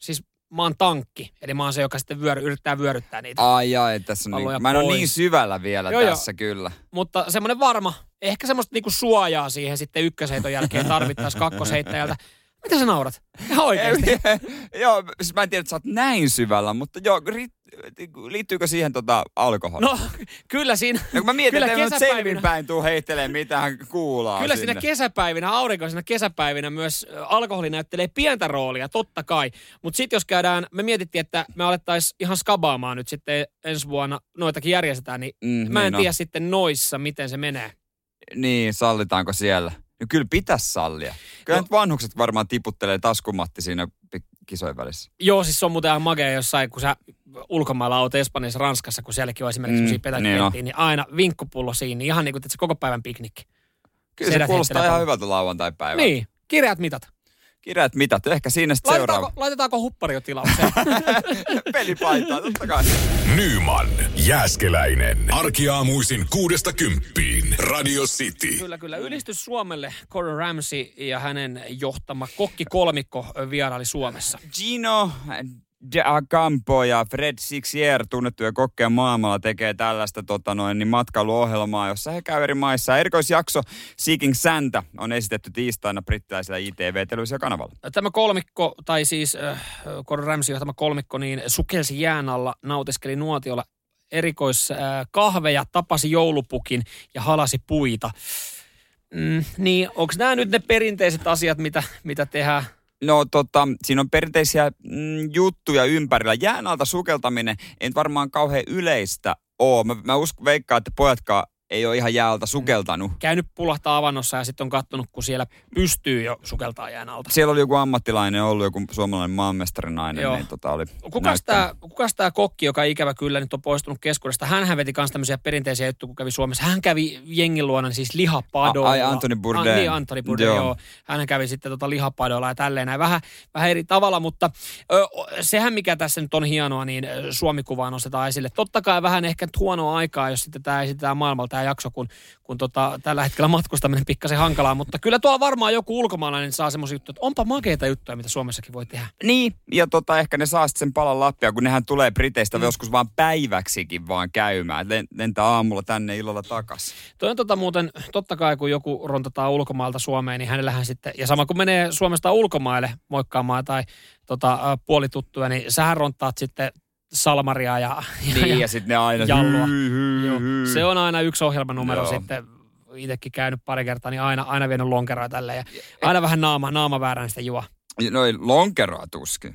Speaker 3: siis mä oon tankki, eli mä oon se, joka sitten vyöry, yrittää vyöryttää niitä.
Speaker 2: Ai ai, tässä on
Speaker 3: Palloja
Speaker 2: niin, mä en ole
Speaker 3: pois.
Speaker 2: niin syvällä vielä
Speaker 3: Joo,
Speaker 2: joo,
Speaker 3: joo.
Speaker 2: tässä kyllä.
Speaker 3: mutta semmoinen varma, ehkä semmoista niinku suojaa siihen sitten ykkösheiton jälkeen tarvittaisiin kakkosheittäjältä. Mitä sä naurat? Ihan oikeasti.
Speaker 2: joo, siis mä en tiedä, että sä oot näin syvällä, mutta joo, ri- liittyykö siihen tota alkoholia?
Speaker 3: No kyllä siinä,
Speaker 2: No kun mä mietin,
Speaker 3: kyllä
Speaker 2: että en mä nyt
Speaker 3: kesäpäivinä-
Speaker 2: selvinpäin tuu heittelee mitään kuulaa
Speaker 3: Kyllä
Speaker 2: sinne.
Speaker 3: siinä kesäpäivinä, aurinkoisina kesäpäivinä myös ö, alkoholi näyttelee pientä roolia, totta kai. Mutta sitten jos käydään, me mietittiin, että me alettaisiin ihan skabaamaan nyt sitten ensi vuonna, noitakin järjestetään, niin
Speaker 2: Mm,
Speaker 3: mä en
Speaker 2: niin on.
Speaker 3: tiedä sitten noissa, miten se menee.
Speaker 2: Niin, sallitaanko siellä? No kyllä pitäisi sallia. Kyllä
Speaker 3: No-
Speaker 2: nyt vanhukset varmaan tiputtelee taskumatti siinä pi- kisojen välissä.
Speaker 3: Joo, siis se on muuten ihan magea jossain, kun sä ulkomailla oot Espanjassa, Ranskassa, kun sielläkin on esimerkiksi
Speaker 2: Mm,
Speaker 3: mm, pelejä,
Speaker 2: niin
Speaker 3: niin,
Speaker 2: on.
Speaker 3: niin aina vinkkupullo siinä, niin ihan niin kuin se koko päivän piknikki.
Speaker 2: Kyllä se
Speaker 3: Sedät
Speaker 2: kuulostaa
Speaker 3: heittelee
Speaker 2: ihan
Speaker 3: palloa.
Speaker 2: hyvältä lauantai-päivältä.
Speaker 3: Niin, kirjat mitat.
Speaker 2: Kirjat mitat, ehkä siinä sitten
Speaker 3: Laitetaanko,
Speaker 2: seuraava.
Speaker 3: laitetaanko huppari jo tilaukseen?
Speaker 2: Pelipaitaa, totta kai.
Speaker 1: Nyman, Jääskeläinen. Arkiaamuisin kuudesta kymppiin. Radio City.
Speaker 3: kyllä, kyllä. Ylistys Suomelle Gordon Ramsay ja hänen johtama kokkikolmikko vieraili Suomessa.
Speaker 2: Gino De Acampo ja Fred Sixier, tunnettuja kokkeja maailmalla, tekee tällaista tota noin, niin matkailuohjelmaa, jossa he käy eri maissa. Erikoisjakso Seeking Santa on esitetty tiistaina brittiläisellä ITV-televisiokanavalla.
Speaker 3: Tämä kolmikko, tai siis äh, Gordon Ramsay johtama kolmikko, niin sukelsi jään alla, nautiskeli nuotiolla äh, erikoiskahveja, tapasi joulupukin ja halasi puita. Mm, niin, onko nämä nyt ne perinteiset asiat, mitä, mitä tehdään?
Speaker 2: No tota, siinä on perinteisiä mm, juttuja ympärillä. Jään alta sukeltaminen ei nyt varmaan kauhean yleistä ole. Mä, mä uskon, veikkaan, että pojatkaan ei ole ihan jäältä sukeltanut.
Speaker 3: Käynyt pulahtaa avannossa ja sitten on kattonut, kun siellä pystyy jo sukeltaa jään alta.
Speaker 2: Siellä oli joku ammattilainen ollut, joku suomalainen maanmestarinainen,
Speaker 3: Joo.
Speaker 2: niin tota oli
Speaker 3: Kukas
Speaker 2: näyttänyt.
Speaker 3: tämä, kukas tämä kokki, joka ikävä kyllä nyt on poistunut keskuudesta? Hän veti myös tämmöisiä perinteisiä juttuja, kun kävi Suomessa. Hän kävi jengin luona siis lihapadoilla.
Speaker 2: A- ai, Anthony Bourdain.
Speaker 3: An, niin, Anthony Bourdain, joo.
Speaker 2: Joo.
Speaker 3: joo. Hän kävi sitten tota lihapadoilla ja tälleen näin. Vähän, vähän eri tavalla, mutta ö, o- sehän mikä tässä nyt on hienoa, niin ö, Suomi-kuvaa nostetaan esille. Totta kai vähän ehkä nyt huonoa aikaa, jos sitten tämä esitetään maailmalta tämä jakso, kun, kun tota, tällä hetkellä matkustaminen pikkasen hankalaa. Mutta kyllä tuo varmaan joku ulkomaalainen saa semmoisia juttuja, että onpa makeita juttuja, mitä Suomessakin voi tehdä.
Speaker 2: Niin, ja tota, ehkä ne saa sitten sen palan lappia, kun nehän tulee Briteistä mm. joskus vaan päiväksikin vaan käymään. Et len- Lentää aamulla tänne illalla takas.
Speaker 3: Toi on tota muuten, totta kai kun joku rontataan ulkomailta Suomeen, niin hänellähän sitten, ja sama kun menee Suomesta ulkomaille moikkaamaan tai tota, äh, puolituttuja, niin sähän ronttaat sitten salmaria ja,
Speaker 2: Niin, ja sitten ne aina...
Speaker 3: Jallua.
Speaker 2: Hyy, hyy,
Speaker 3: Joo,
Speaker 2: hyy.
Speaker 3: se on aina yksi ohjelmanumero
Speaker 2: Mm-hmm. Joo.
Speaker 3: sitten itsekin käynyt pari kertaa, niin aina, aina vienyt lonkeroa tälle ja aina vähän naama, naama väärän sitä juo.
Speaker 2: Noi lonkeroa tuskin.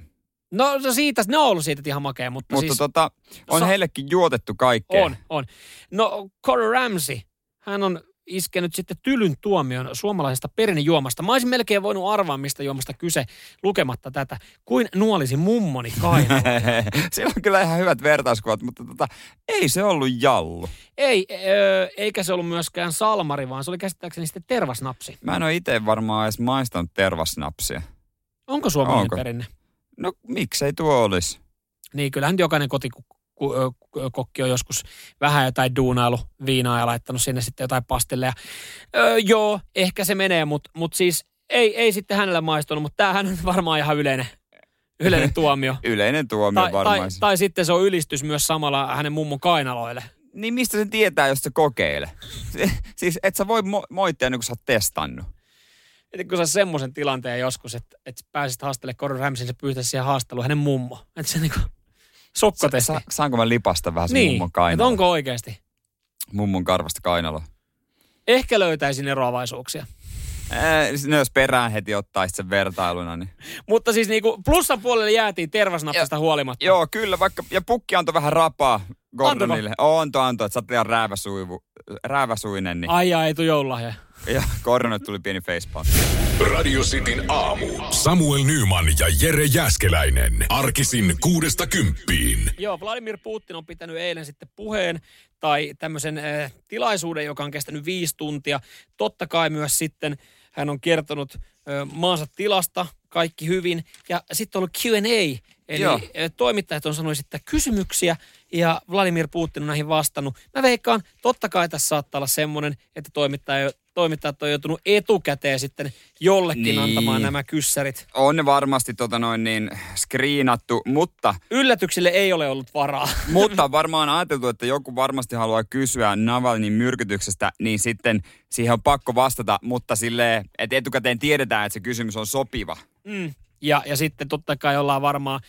Speaker 3: No se siitä, ne on ollut siitä ihan makea, mutta,
Speaker 2: Mutta
Speaker 3: siis
Speaker 2: siis, tota, on
Speaker 3: sa-
Speaker 2: sa- heillekin juotettu kaikkea.
Speaker 3: on, on. No Corey Ramsey, hän on iskenyt sitten tylyn tuomion suomalaisesta perinnejuomasta. Mä olisin melkein voinut arvaa, mistä juomasta kyse lukematta tätä. Kuin nuolisi mummoni kainalla.
Speaker 2: Siellä on kyllä ihan hyvät vertauskuvat, mutta tota, ei se ollut jallu.
Speaker 3: Ei, öö, eikä se ollut myöskään salmari, vaan se oli käsittääkseni sitten tervasnapsi.
Speaker 2: Mä en ole itse varmaan edes maistanut tervasnapsia.
Speaker 3: Onko suomalainen
Speaker 2: Onko?
Speaker 3: perinne?
Speaker 2: No miksei tuo olisi?
Speaker 3: Niin, kyllähän nyt jokainen kotikokki on joskus vähän jotain duunailu viinaa ja laittanut sinne sitten jotain pastilleja. Öö, joo, ehkä se menee, mutta mut siis ei, ei sitten hänellä maistunut, mutta tämähän on varmaan ihan yleinen, yleinen tuomio.
Speaker 2: Yleinen tuomio
Speaker 3: tai, tai,
Speaker 2: varmaan.
Speaker 3: tai sitten se on ylistys myös samalla hänen mummon kainaloille.
Speaker 2: Niin mistä sen tietää, jos se kokeile? Se- siis et sä voi mo- moittia ennen kuin sä oot testannut.
Speaker 3: Et kun sä semmoisen tilanteen joskus, että et pääsit haastelemaan Gordon Ramsayn, se pyytäisi siihen haasteluun hänen mummo. Että se niinku sokkotesti.
Speaker 2: Sa- saanko mä lipasta vähän sen
Speaker 3: niin,
Speaker 2: mummon
Speaker 3: et
Speaker 2: kainaloa?
Speaker 3: onko oikeasti?
Speaker 2: Mummon karvasta kainaloa.
Speaker 3: Ehkä löytäisin eroavaisuuksia.
Speaker 2: Ää, siis ne jos perään heti ottaisit sen vertailuna, niin...
Speaker 3: Mutta siis niinku plussan puolelle jäätiin tervasnappista huolimatta.
Speaker 2: Joo, kyllä, vaikka... Ja pukki antoi vähän rapaa Gordonille. Anto, anto, että sä oot liian rääväsuivu, rääväsuinen, niin...
Speaker 3: Ai ai, ei tuu joululahja.
Speaker 2: Ja Gordonille tuli pieni facepalm.
Speaker 1: Radio Cityn aamu. Samuel Nyman ja Jere Jäskeläinen. Arkisin kuudesta kymppiin.
Speaker 3: Joo, Vladimir Putin on pitänyt eilen sitten puheen tai tämmöisen äh, tilaisuuden, joka on kestänyt viisi tuntia. Totta kai myös sitten hän on kertonut äh, maansa tilasta, kaikki hyvin. Ja sitten on ollut Q&A, eli
Speaker 2: Joo.
Speaker 3: Joo. toimittajat on sanonut sitten kysymyksiä ja Vladimir Putin on näihin vastannut. Mä veikkaan, totta kai tässä saattaa olla semmoinen, että toimittaja, toimittajat on joutunut etukäteen sitten jollekin
Speaker 2: Niin.
Speaker 3: niin. antamaan nämä kyssärit.
Speaker 2: On ne varmasti tota noin niin skriinattu, mutta
Speaker 3: Yllätyksille ei ole ollut varaa.
Speaker 2: Mutta varmaan ajateltu, että joku varmasti haluaa kysyä Navalnin myrkytyksestä, niin sitten siihen on pakko vastata, mutta silleen, että etukäteen tiedetään, että se kysymys on sopiva.
Speaker 3: Mm. Ja, ja sitten totta kai ollaan varmaan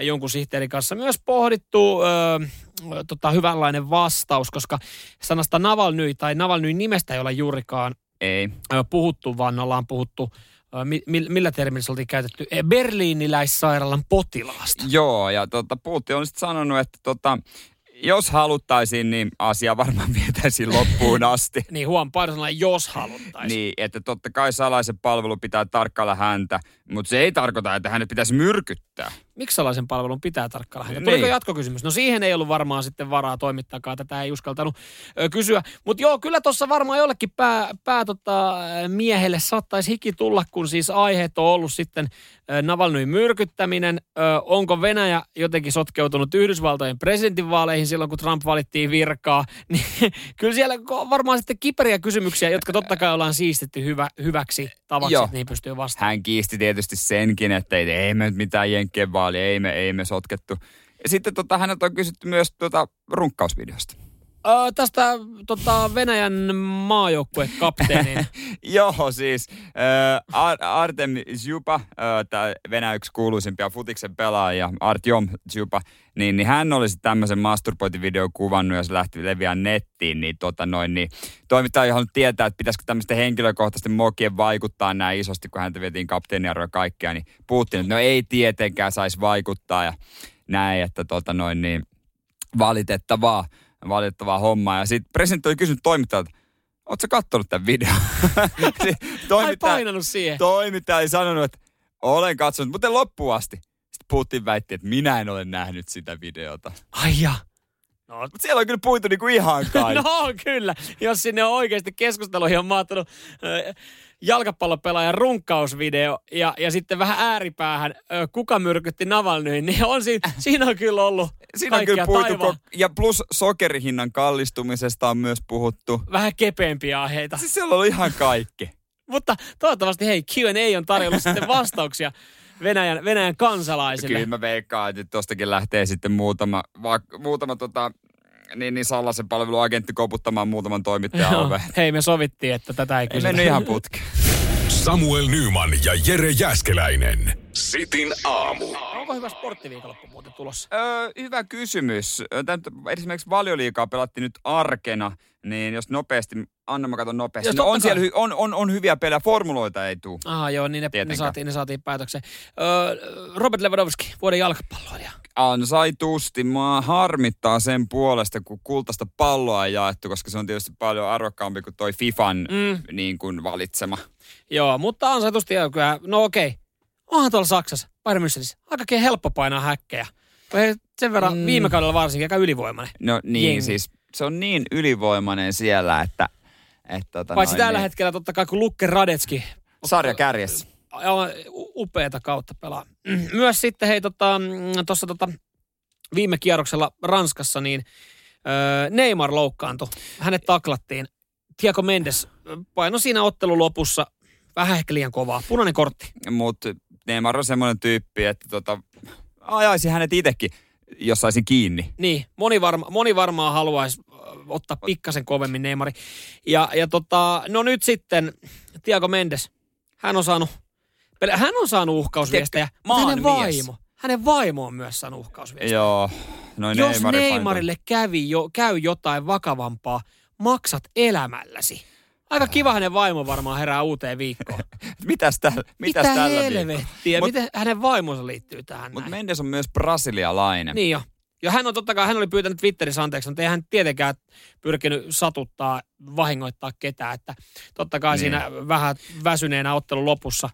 Speaker 3: jonkun sihteerin kanssa myös pohdittu öö, tota, hyvänlainen vastaus, koska sanasta Navalny tai Navalnyin nimestä ei olla juurikaan
Speaker 2: Ei.
Speaker 3: ö, puhuttu, vaan ollaan puhuttu, ö, mi, mi- millä termillä se oltiin käytetty, E, berliiniläissairaalan potilaasta.
Speaker 2: Joo, ja tota, Putin on sitten sanonut, että tota, jos haluttaisiin, niin asia varmaan vietäisiin loppuun asti.
Speaker 3: Niin huom, painosanalla, jos haluttaisiin.
Speaker 2: Niin, että totta kai salaisen palvelu pitää tarkkailla häntä, mutta se ei tarkoita, että hänet pitäisi myrkyttää.
Speaker 3: Miksi sellaisen palvelun pitää tarkkailla häntä?
Speaker 2: Niin.
Speaker 3: Tuliko jatkokysymys? No siihen ei ollut varmaan sitten varaa toimittakaan, tätä ei uskaltanut ö, kysyä. Mutta joo, kyllä tuossa varmaan jollekin pää, pää tota, miehelle saattaisi hiki tulla, kun siis aiheet on ollut sitten ö, Navalnyin myrkyttäminen. Ö, Onko Venäjä jotenkin sotkeutunut Yhdysvaltojen presidentinvaaleihin silloin, kun Trump valittiin virkaa? Niin, kyllä siellä on varmaan sitten kiperiä kysymyksiä, jotka totta kai ollaan siistetty hyvä, hyväksi tavaksi,
Speaker 2: Joo.
Speaker 3: että niihin pystyy vastaamaan.
Speaker 2: hän kiisti tietysti senkin, että ei, ei me nyt mitään jenkkien vaali, ei me, ei me sotkettu. Ja sitten tota, hänet on kysytty myös tota, tuota runkkausvideosta.
Speaker 3: Ö, tästä tota, Venäjän maajoukkuekapteenin.
Speaker 2: Joo, siis äh, Ar- Artem Zyupa, äh, tämä Venäjä yksi kuuluisimpia futiksen pelaajia, Artyom Zyupa, niin, niin hän olisi tämmöisen masturbointivideon kuvannut ja se lähti leviään nettiin, niin, tota noin, niin toimittaja ei halunnut tietää, että pitäisikö tämmöisten henkilökohtaisten mokien vaikuttaa näin isosti, kun häntä vietiin kapteeniarvoja kaikkea, niin Putin, että no ei tietenkään saisi vaikuttaa ja näin, että tota noin, niin valitettavaa, valitettavaa hommaa. Ja sitten presidentti oli kysynyt toimittajalta, Oletko kattonut tämän videon? Se
Speaker 3: Ai painanut siihen.
Speaker 2: toimittaja ei sanonut, että olen katsonut, mutta en loppuun asti. Sitten Putin väitti, että minä en ole nähnyt sitä videota.
Speaker 3: Ai ja.
Speaker 2: No, siellä on kyllä puitu niinku ihan kai.
Speaker 3: No kyllä, jos sinne on oikeasti keskusteluihin on mahtunut ö, jalkapallopelaajan runkkausvideo ja, ja sitten vähän ääripäähän, ö, kuka myrkytti Navalnyin, niin on siinä, siinä on kyllä ollut
Speaker 2: Siinä on kyllä
Speaker 3: kaikkea
Speaker 2: puitu.
Speaker 3: taivaan-
Speaker 2: ko- Ja plus sokerihinnan kallistumisesta on myös puhuttu.
Speaker 3: vähän kepeämpiä aiheita.
Speaker 2: Siis siellä oli ihan kaikki.
Speaker 3: Mutta toivottavasti hei, Q&A on tarjollut sitten vastauksia Venäjän, Venäjän kansalaisille.
Speaker 2: Kyllä mä veikkaan, että nyt tostakin lähtee sitten muutama, va, muutama tota, niin, niin salaisen palvelun agentti koputtamaan muutaman toimittajan
Speaker 3: Joo.
Speaker 2: oveen.
Speaker 3: No, Hei, me sovittiin, että tätä ei
Speaker 2: Ei
Speaker 3: kysytä.
Speaker 2: mennyt ihan putkeen.
Speaker 1: Samuel Nyman ja Jere Jäskeläinen. Sitin aamu.
Speaker 3: Onko hyvä sporttiviikonloppu muuten tulossa?
Speaker 2: Öö, hyvä kysymys. Tää nyt esimerkiksi valioliikaa pelattiin nyt arkena, niin jos nopeasti, anna mä katson nopeasti.
Speaker 3: Jos
Speaker 2: No
Speaker 3: totta
Speaker 2: on, siellä,
Speaker 3: kai.
Speaker 2: hy- on, on, on hyviä pelejä, formuloita ei tule.
Speaker 3: Ah, joo, niin ne, ne,
Speaker 2: Tietenkään.
Speaker 3: saatiin, ne saatiin päätökseen. Öö, Robert Lewandowski, vuoden jalkapalloilija.
Speaker 2: Ansaitusti, mä harmittaa sen puolesta, kun kultaista palloa ei jaettu, koska se on tietysti paljon arvokkaampi kuin toi Fifan
Speaker 3: Mm.
Speaker 2: niin kuin valitsema.
Speaker 3: Joo, mutta ansaitusti joo, kyllä. No okei. Onhan tuolla Saksassa, Bayern Münchenissä, aika helppo painaa häkkejä. Kun he sen verran
Speaker 2: Mm.
Speaker 3: mm. viime kaudella varsinkin aika ylivoimainen.
Speaker 2: No niin,
Speaker 3: Jengi.
Speaker 2: siis se on niin ylivoimainen siellä, että... että tota
Speaker 3: Paitsi
Speaker 2: noin,
Speaker 3: tällä
Speaker 2: niin-
Speaker 3: hetkellä totta kai, kun Lukke Radetski
Speaker 2: Sarja kärjessä.
Speaker 3: aivan u- upeata kautta pelaa. Myös sitten hei tota, mm, tuossa tota, viime kierroksella Ranskassa niin öö, Neymar loukkaantui. Hänet taklattiin. Tiago Mendes paino siinä ottelun lopussa vähän ehkä liian kovaa. Punainen kortti.
Speaker 2: mutta Neymar on semmoinen tyyppi, että tota, ajaisin hänet itsekin, jos saisin kiinni.
Speaker 3: Niin, moni, varma, moni varmaan haluaisi ö, ottaa pikkasen kovemmin Neymari. Ja, ja tota, no nyt sitten Tiago Mendes. Hän on saanut, pel- hän on saanut uhkausviestejä, mutta hänen
Speaker 2: maanmies.
Speaker 3: vaimo, hänen vaimo on myös saanut uhkausviestejä.
Speaker 2: Joo, noin
Speaker 3: Jos
Speaker 2: Neymari
Speaker 3: Neymarille kävi jo, käy jotain vakavampaa, maksat elämälläsi. Aika kiva hänen vaimo varmaan herää uuteen viikkoon.
Speaker 2: Mitäs, täl, mitäs
Speaker 3: Mitä
Speaker 2: tällä
Speaker 3: helvettiä?
Speaker 2: Mut-
Speaker 3: Miten hänen vaimonsa liittyy tähän
Speaker 2: Mutta
Speaker 3: näin?
Speaker 2: Mendes on myös brasilialainen.
Speaker 3: Niin jo. Ja hän on totta kai, hän oli pyytänyt Twitterissä anteeksi, mutta ei hän tietenkään pyrkinyt satuttaa, vahingoittaa ketään. Että totta kai
Speaker 2: Niin.
Speaker 3: niin. siinä vähän väsyneenä ottelun lopussa,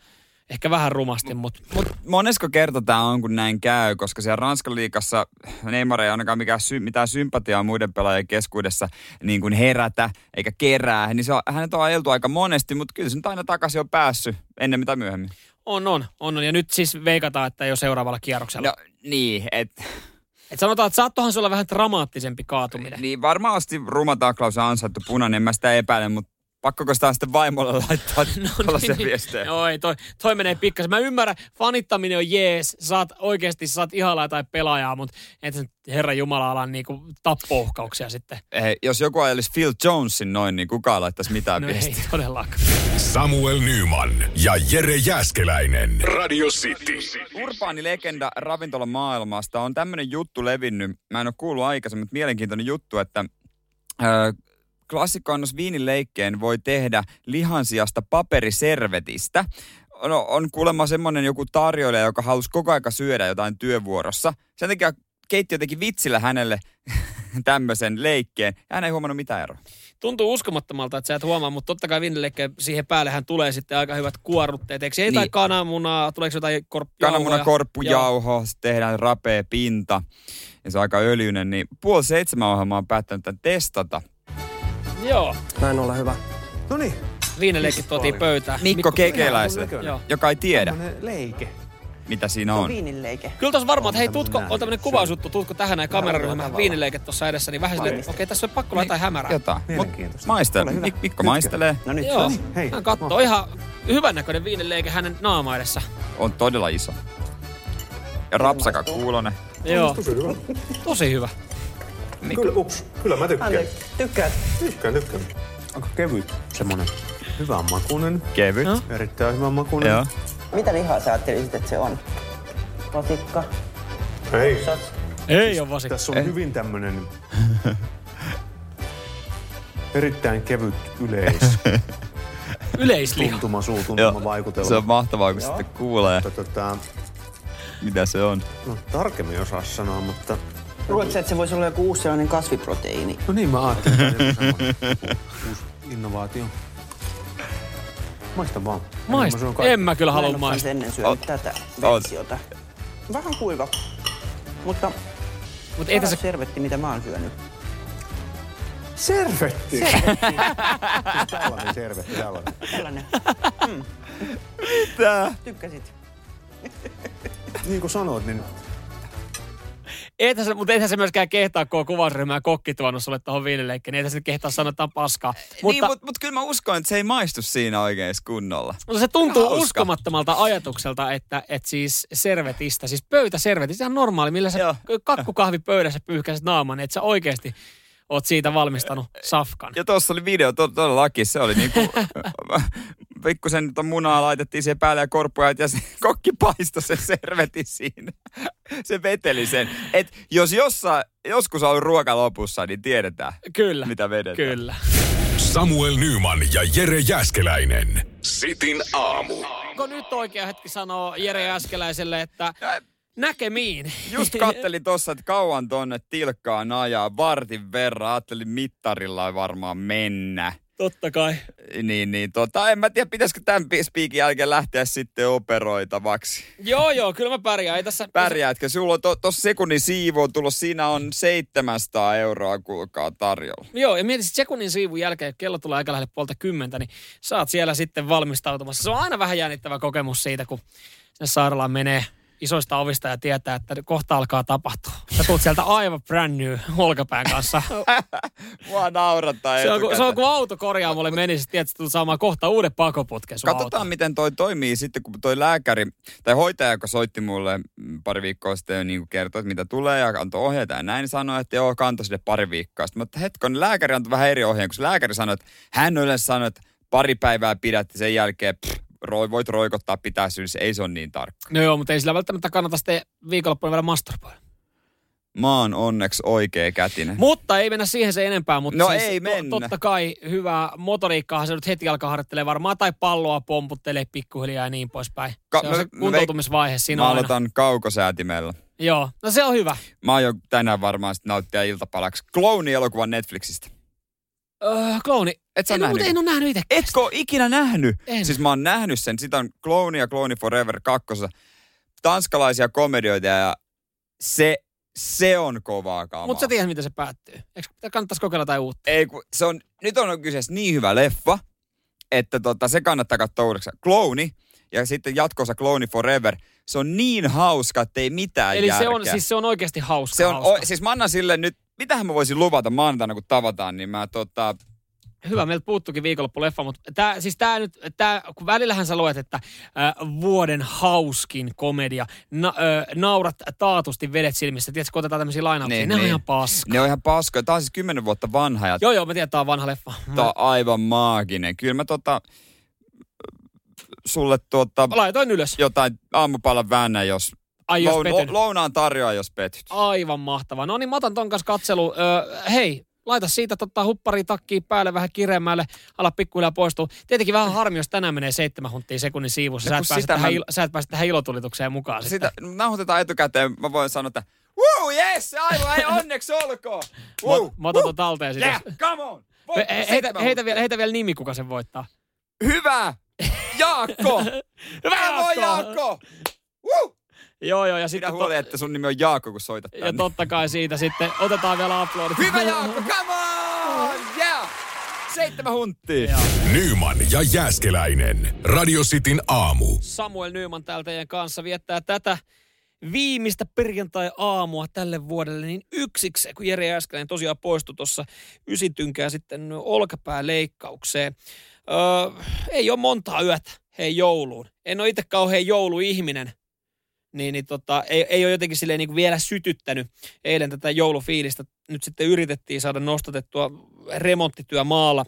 Speaker 3: ehkä vähän rumasti, mutta mut,
Speaker 2: Monesko kerta tämä on, kun näin käy, koska siellä Ranskan liikassa Neymar ei ainakaan mikään sy- mitään sympatiaa muiden pelaajien keskuudessa niin kuin herätä eikä kerää, niin se on, hänet on ajeltu aika monesti, mutta kyllä se nyt aina takaisin on päässyt ennen mitä myöhemmin.
Speaker 3: on, on, on, on. Ja nyt siis veikataan, että jo seuraavalla kierroksella.
Speaker 2: No niin, että
Speaker 3: Et sanotaan, että saattohan se olla vähän dramaattisempi kaatuminen.
Speaker 2: Niin varmasti ruma taklaus on ansaittu punainen, en mä sitä epäile, mutta pakkoko sitä on sitten vaimolle laittaa
Speaker 3: No
Speaker 2: tällaisia viestejä?
Speaker 3: Niin, Joo, ei, toi, toi menee pikkasen. Mä ymmärrän, fanittaminen on jees, saat oikeasti saat ihailaa tai pelaajaa, mutta et sä nyt herra Jumala ala niinku tappouhkauksia sitten.
Speaker 2: Eh, jos joku ajelisi Phil Jonesin noin, niin kukaan laittaisi mitään
Speaker 3: No ei
Speaker 2: viestiä.
Speaker 3: todellakaan.
Speaker 1: Samuel Nyman ja Jere Jäskeläinen. Radio City.
Speaker 2: Urbaani legenda ravintolamaailmasta on tämmöinen juttu levinnyt. Mä en ole kuullut aikaisemmin, mutta mielenkiintoinen juttu, että ö, klassikkoannos viinileikkeen voi tehdä lihan sijasta paperiservetistä. No, on kuulemma semmoinen joku tarjoilija, joka halusi koko aika syödä jotain työvuorossa. Sen takia keittiö teki vitsillä hänelle tämmöisen leikkeen. Ja hän ei huomannut mitään eroa.
Speaker 3: Tuntuu uskomattomalta, että sä et huomaa, mutta totta kai vinnillekin siihen päällehän tulee sitten aika hyvät kuorrutteet. Eikö ei
Speaker 2: Niin.
Speaker 3: niin. kananmunaa, tuleeko jotain korppia?
Speaker 2: kananmuna korppujauho, sitten tehdään rapea pinta ja se on aika öljyinen, niin puoli seitsemän ohjelmaa on päättänyt tämän testata.
Speaker 3: Joo, joo.
Speaker 4: Näin olla hyvä. No niin.
Speaker 3: viinileikki tuotiin pöytään.
Speaker 2: Mikko Kekeläisen,
Speaker 4: Mikko-
Speaker 3: Joo.
Speaker 2: joka ei tiedä,
Speaker 4: Tämmönen leike.
Speaker 5: Niin
Speaker 2: mitä siinä on.
Speaker 5: viinileike.
Speaker 3: Kyllä tuossa varmaan, että hei,
Speaker 4: On
Speaker 3: tutko,
Speaker 4: tämmönen
Speaker 3: on tämmöinen
Speaker 4: näin.
Speaker 3: kuvausjuttu, tutko tähän näin kameraryhmään
Speaker 4: tavalla.
Speaker 3: viinileike tuossa edessä, niin vähän silleen, että okei, tässä on pakko
Speaker 2: Niin.
Speaker 3: laittaa hämärää.
Speaker 2: Jotain. Mut
Speaker 4: Mielenkiintoista.
Speaker 2: maistele.
Speaker 4: Ole hyvä.
Speaker 2: Mik-
Speaker 4: Nytkö?
Speaker 2: Mikko maistelee.
Speaker 5: No nyt
Speaker 3: Joo,
Speaker 5: se on.
Speaker 4: Hei.
Speaker 3: hän kattoo ihan hyvännäköinen viinileike hänen naama edessä.
Speaker 2: On todella iso. Ja rapsaka kuulonen.
Speaker 3: Joo, tosi hyvä.
Speaker 2: Niin.
Speaker 5: Kyllä, ups, kyllä mä tykkään.
Speaker 4: Anteeksi, tykkäät.
Speaker 5: Tykkään, tykkään. Aika kevyt. Semmonen hyvän makunen.
Speaker 2: Kevyt. No.
Speaker 5: Erittäin hyvän makunen.
Speaker 2: Joo.
Speaker 6: Mitä lihaa sä ajattelisit, että se on? Lotikka,
Speaker 5: Ei,
Speaker 6: sos,
Speaker 3: Ei ole vasikka.
Speaker 5: tässä on
Speaker 2: Eh.
Speaker 5: hyvin tämmönen... erittäin kevyt yleis.
Speaker 3: Yleisliha.
Speaker 5: Tuntuma,
Speaker 2: Joo.
Speaker 5: suutuntuma, vaikutelma.
Speaker 2: Se on mahtavaa, kun sitten kuulee,
Speaker 5: Mutta tota,
Speaker 2: mitä se on.
Speaker 5: no, tarkemmin osaa sanoa, mutta...
Speaker 6: Luuletko, että se voisi olla joku uusi sellainen kasviproteiini?
Speaker 5: No niin, mä ajattelin, että tää on joku semmonen uusi innovaatio. Maista vaan.
Speaker 3: Maista. En mä kyllä
Speaker 6: Mä en
Speaker 3: halua
Speaker 6: oo
Speaker 3: maistaa.
Speaker 6: kanssa ennen syönyt
Speaker 2: Oot-
Speaker 6: tätä
Speaker 2: oot.
Speaker 6: versiota. Vähän kuiva, mutta
Speaker 3: Mutta ei
Speaker 6: ei
Speaker 3: tässä...
Speaker 6: tässä servetti, mitä mä oon syönyt.
Speaker 5: Servetti! Siis Tällainen servetti, tällainen.
Speaker 6: Tällainen. Mm. Tykkäsit.
Speaker 5: Niin kuin sanoit, niin
Speaker 3: Ei tässä, mutta eihän se myöskään kehtaa, kun on kuvausryhmää kokki tuonut sulle tuohon viinileikkeen. Niin ei tässä nyt kehtaa sanoa, että tää on paskaa.
Speaker 2: Mutta, niin, mutta mut kyllä mä uskon, että se ei maistu siinä oikein kunnolla.
Speaker 3: Mutta se tuntuu
Speaker 2: Hauska.
Speaker 3: uskomattomalta ajatukselta, että, että siis servetistä, siis pöytäservetistä, ihan normaali, millä sä
Speaker 2: Joo.
Speaker 3: kakkukahvipöydässä pyyhkäiset naaman, että sä oikeasti oot siitä valmistanut safkan.
Speaker 2: Ja tuossa oli video, to, todellakin se oli niinku... pikkusen tuota munaa laitettiin siihen päälle ja korppuja, ja se kokki paistoi sen servetin siinä. Se veteli sen. Et jos jossa, joskus on ruoka lopussa, niin tiedetään,
Speaker 3: Kyllä,
Speaker 2: mitä vedetään.
Speaker 3: kyllä.
Speaker 1: Samuel Nyman ja Jere Jäskeläinen. Sitin aamu.
Speaker 3: Onko nyt oikea hetki sanoa Jere Äskeläiselle, että näkemiin?
Speaker 2: Just kattelin tossa, että kauan tonne tilkkaan ajaa vartin verran. Ajattelin mittarilla ei varmaan mennä.
Speaker 3: Totta kai.
Speaker 2: Niin, niin tota, en mä tiedä, pitäisikö tämän pi- spiikin jälkeen lähteä sitten operoitavaksi.
Speaker 3: Joo, joo, kyllä mä pärjään. Ei tässä...
Speaker 2: Pärjäätkö? Sulla on tuossa to, tossa sekunnin siivoon tulos, siinä on 700 euroa, kuulkaa, tarjolla.
Speaker 3: Joo, ja mieti sit sekunnin siivun jälkeen, kun kello tulee aika lähelle puolta kymmentä, niin sä oot siellä sitten valmistautumassa. Se on aina vähän jännittävä kokemus siitä, kun sinne sairaalaan menee isoista ovista ja tietää, että kohta alkaa tapahtua. Sä tulet sieltä aivan brand new olkapään kanssa.
Speaker 2: Mua naurattaa
Speaker 3: Se on, ku- se on
Speaker 2: etukäteen.
Speaker 3: kuin autokorjaamolle menisit, tiedät, sä tulet saamaan kohta uuden pakoputken sun
Speaker 2: Katsotaan,
Speaker 3: autoon.
Speaker 2: miten toi toimii sitten, kun toi lääkäri tai hoitaja, joka soitti mulle mm, pari viikkoa sitten ja niin kuin kertoi, että mitä tulee ja antoi ohjeita ja näin, niin sanoi, että joo, kanto sille pari viikkoa. Sitten, mutta hetkon, niin lääkäri antoi vähän eri ohjeen, kun se lääkäri sanoi, että hän yleensä sanoi, että pari päivää pidät ja sen jälkeen pff, roi, voit roikottaa pitää syys, ei se on niin tarkka.
Speaker 3: No joo, mutta ei sillä välttämättä kannata sitten viikonloppuna vielä masturboida.
Speaker 2: Mä oon onneksi oikea kätinen.
Speaker 3: Mutta ei mennä siihen se enempää, mutta
Speaker 2: No
Speaker 3: siis
Speaker 2: ei
Speaker 3: to-
Speaker 2: mennä.
Speaker 3: totta kai hyvää motoriikkaahan se nyt heti alkaa harjoittelee varmaan, tai palloa pomputtelee pikkuhiljaa ja niin poispäin.
Speaker 2: Ka-
Speaker 3: se on
Speaker 2: mä-
Speaker 3: se
Speaker 2: mä veik-
Speaker 3: kuntoutumisvaihe siinä
Speaker 2: Mä
Speaker 3: on aina.
Speaker 2: aloitan kaukosäätimellä.
Speaker 3: Joo, no se on hyvä.
Speaker 2: Mä aion tänään varmaan sitten nauttia iltapalaksi Clowni-elokuvan Netflixistä.
Speaker 3: Öö, klooni.
Speaker 2: Et sä
Speaker 3: en, oo-
Speaker 2: nähnyt?
Speaker 3: mutta en ole nähnyt itse.
Speaker 2: Etkö ole ikinä nähnyt?
Speaker 3: no, En.
Speaker 2: Siis mä oon nähnyt sen. Sitä on Clone ja Clone Forever kakkosessa. Tanskalaisia komedioita ja se, se on kovaa kamaa.
Speaker 3: Mutta sä tiedät, miten se päättyy. Eikö pitää- kannattaisi kokeilla jotain uutta?
Speaker 2: Ei, kun se on, nyt on kyseessä niin hyvä leffa, että tota, se kannattaa katsoa uudekseen. Clone ja sitten jatkossa Clone Forever. Se on niin hauska, että ei mitään
Speaker 3: Eli
Speaker 2: järkeä.
Speaker 3: se on, siis se on oikeasti hauska.
Speaker 2: se on o,
Speaker 3: hauska.
Speaker 2: siis mä annan sille nyt, mitähän mä voisin luvata maanantaina, kun tavataan, niin mä tota,
Speaker 3: Hyvä, meiltä puuttuukin viikonloppuleffa, mutta tää, siis tää nyt, tää, kun välillähän sä luet, että ää, vuoden hauskin komedia, na, ö, naurat taatusti vedet silmissä, tiedätkö, kun otetaan tämmöisiä lainauksia, ne,
Speaker 2: Niin,
Speaker 3: ne on
Speaker 2: niin.
Speaker 3: ihan paska.
Speaker 2: ne on ihan paskoja. Tää on siis 10 vuotta vanha ja
Speaker 3: Joo, joo, mä tiedän, tää on vanha leffa. Mä
Speaker 2: Tää on aivan maaginen. Kyllä mä tota, sulle tuota,
Speaker 3: laitoin ylös.
Speaker 2: jotain aamupalan väännä, jos,
Speaker 3: Ai, jos
Speaker 2: loun-
Speaker 3: petyn.
Speaker 2: lounaan tarjoaa, jos petyt.
Speaker 3: Aivan mahtavaa. No niin, mä otan ton kanssa katselu. Ö, hei, laita siitä totta huppari takkiin päälle vähän kireemmälle, ala pikkuhiljaa poistua. Tietenkin vähän harmi, jos tänään menee seitsemän huntia sekunnin siivussa.
Speaker 2: No
Speaker 3: Sä et,
Speaker 2: kun
Speaker 3: pääse
Speaker 2: sitä
Speaker 3: tähän,
Speaker 2: mä-
Speaker 3: ilo, sä et pääse tähän ilotulitukseen mukaan. Sitä...
Speaker 2: Sitä nauhoitetaan etukäteen, mä voin sanoa, että Woo, yes, aivan, ei, onneksi olkoon. Woo,
Speaker 3: Mä, mä otan ton talteen sitä.
Speaker 2: yeah, come on.
Speaker 3: He-
Speaker 2: Voitti
Speaker 3: he- Heitä,
Speaker 2: seitsemän
Speaker 3: heitä,
Speaker 2: vuotta.
Speaker 3: vielä, heitä vielä nimi, kuka sen voittaa.
Speaker 2: Hyvä, Jaakko.
Speaker 3: Hyvä,
Speaker 2: Bravo,
Speaker 3: Jaakko.
Speaker 2: No Jaakko. Woo.
Speaker 3: Joo, joo, ja sitten... tota-
Speaker 2: Pidä huoli, että sun nimi on Jaakko, kun soitat
Speaker 3: ja
Speaker 2: tänne.
Speaker 3: totta kai siitä sitten otetaan vielä aplodit.
Speaker 2: Hyvä Jaakko, come on, yeah. Seitsemän hunttia.
Speaker 3: Joo.
Speaker 1: Nyman ja Jäskeläinen. Radio Cityn aamu.
Speaker 3: Samuel Nyman täällä teidän kanssa viettää tätä viimeistä perjantai-aamua tälle vuodelle niin yksiksi, kun Jere äsken tosiaan poistui tuossa ysitynkää sitten olkapääleikkaukseen. Öö, ei ole montaa yötä, hei jouluun. En ole itse kauhean jouluihminen, niin, niin tota, ei, ei ole jotenkin silleen niin kuin vielä sytyttänyt. Eilen tätä joulufiilistä nyt sitten yritettiin saada nostatettua remonttityö maalla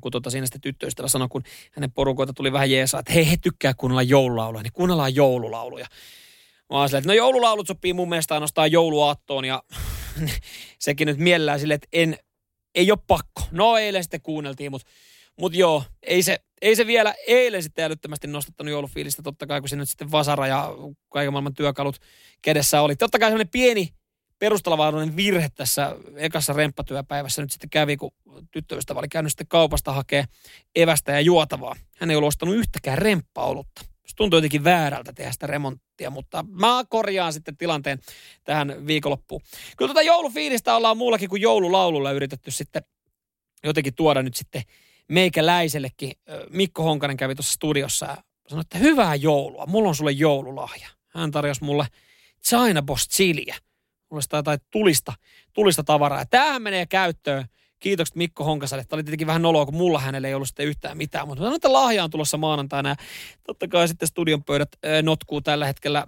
Speaker 3: kun tota siinä sitten tyttöystävä sanoi, kun hänen porukoita tuli vähän jeesaa, että hei, he tykkää kuunnella joululauluja, niin kuunnellaan joululauluja. Mä oon silleen, että no joululaulut sopii mun mielestä ainoastaan jouluaattoon ja sekin nyt mielellään silleen, että en, ei ole pakko. No eilen sitten kuunneltiin, mutta mut joo, ei se, ei se vielä eilen sitten älyttömästi nostattanut joulufiilistä, totta kai kun se nyt sitten vasara ja kaiken maailman työkalut kädessä oli. Totta kai semmoinen pieni perustalavaarallinen virhe tässä ekassa remppatyöpäivässä nyt sitten kävi, kun tyttöystävä oli käynyt sitten kaupasta hakee evästä ja juotavaa. Hän ei ollut ostanut yhtäkään remppaolutta. Se tuntui jotenkin väärältä tehdä sitä remonttia, mutta mä korjaan sitten tilanteen tähän viikonloppuun. Kyllä tuota joulufiilistä ollaan muullakin kuin joululaululla yritetty sitten jotenkin tuoda nyt sitten meikäläisellekin. Mikko Honkanen kävi tuossa studiossa ja sanoi, että hyvää joulua, mulla on sulle joululahja. Hän tarjosi mulle China Boss chiliä. Mulla sitä jotain tulista, tulista tavaraa. Ja tämähän menee käyttöön. Kiitokset Mikko Honkaselle. Tämä oli tietenkin vähän noloa, kun mulla hänelle ei ollut sitten yhtään mitään. Mutta sanoin, että lahja on tulossa maanantaina. Ja totta kai sitten studion pöydät ö, notkuu tällä hetkellä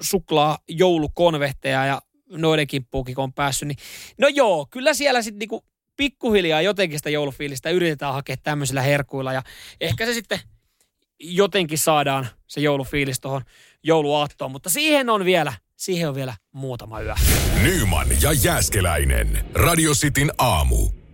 Speaker 3: suklaa joulukonvehteja ja noiden kimppuukin, kun on päässyt. Niin... No joo, kyllä siellä sitten niinku pikkuhiljaa jotenkin sitä joulufiilistä yritetään hakea tämmöisillä herkuilla. Ja ehkä se sitten jotenkin saadaan se joulufiilis tuohon jouluaattoon. Mutta siihen on vielä siihen on vielä muutama yö.
Speaker 1: Nyman ja Jääskeläinen. Radio Cityn aamu.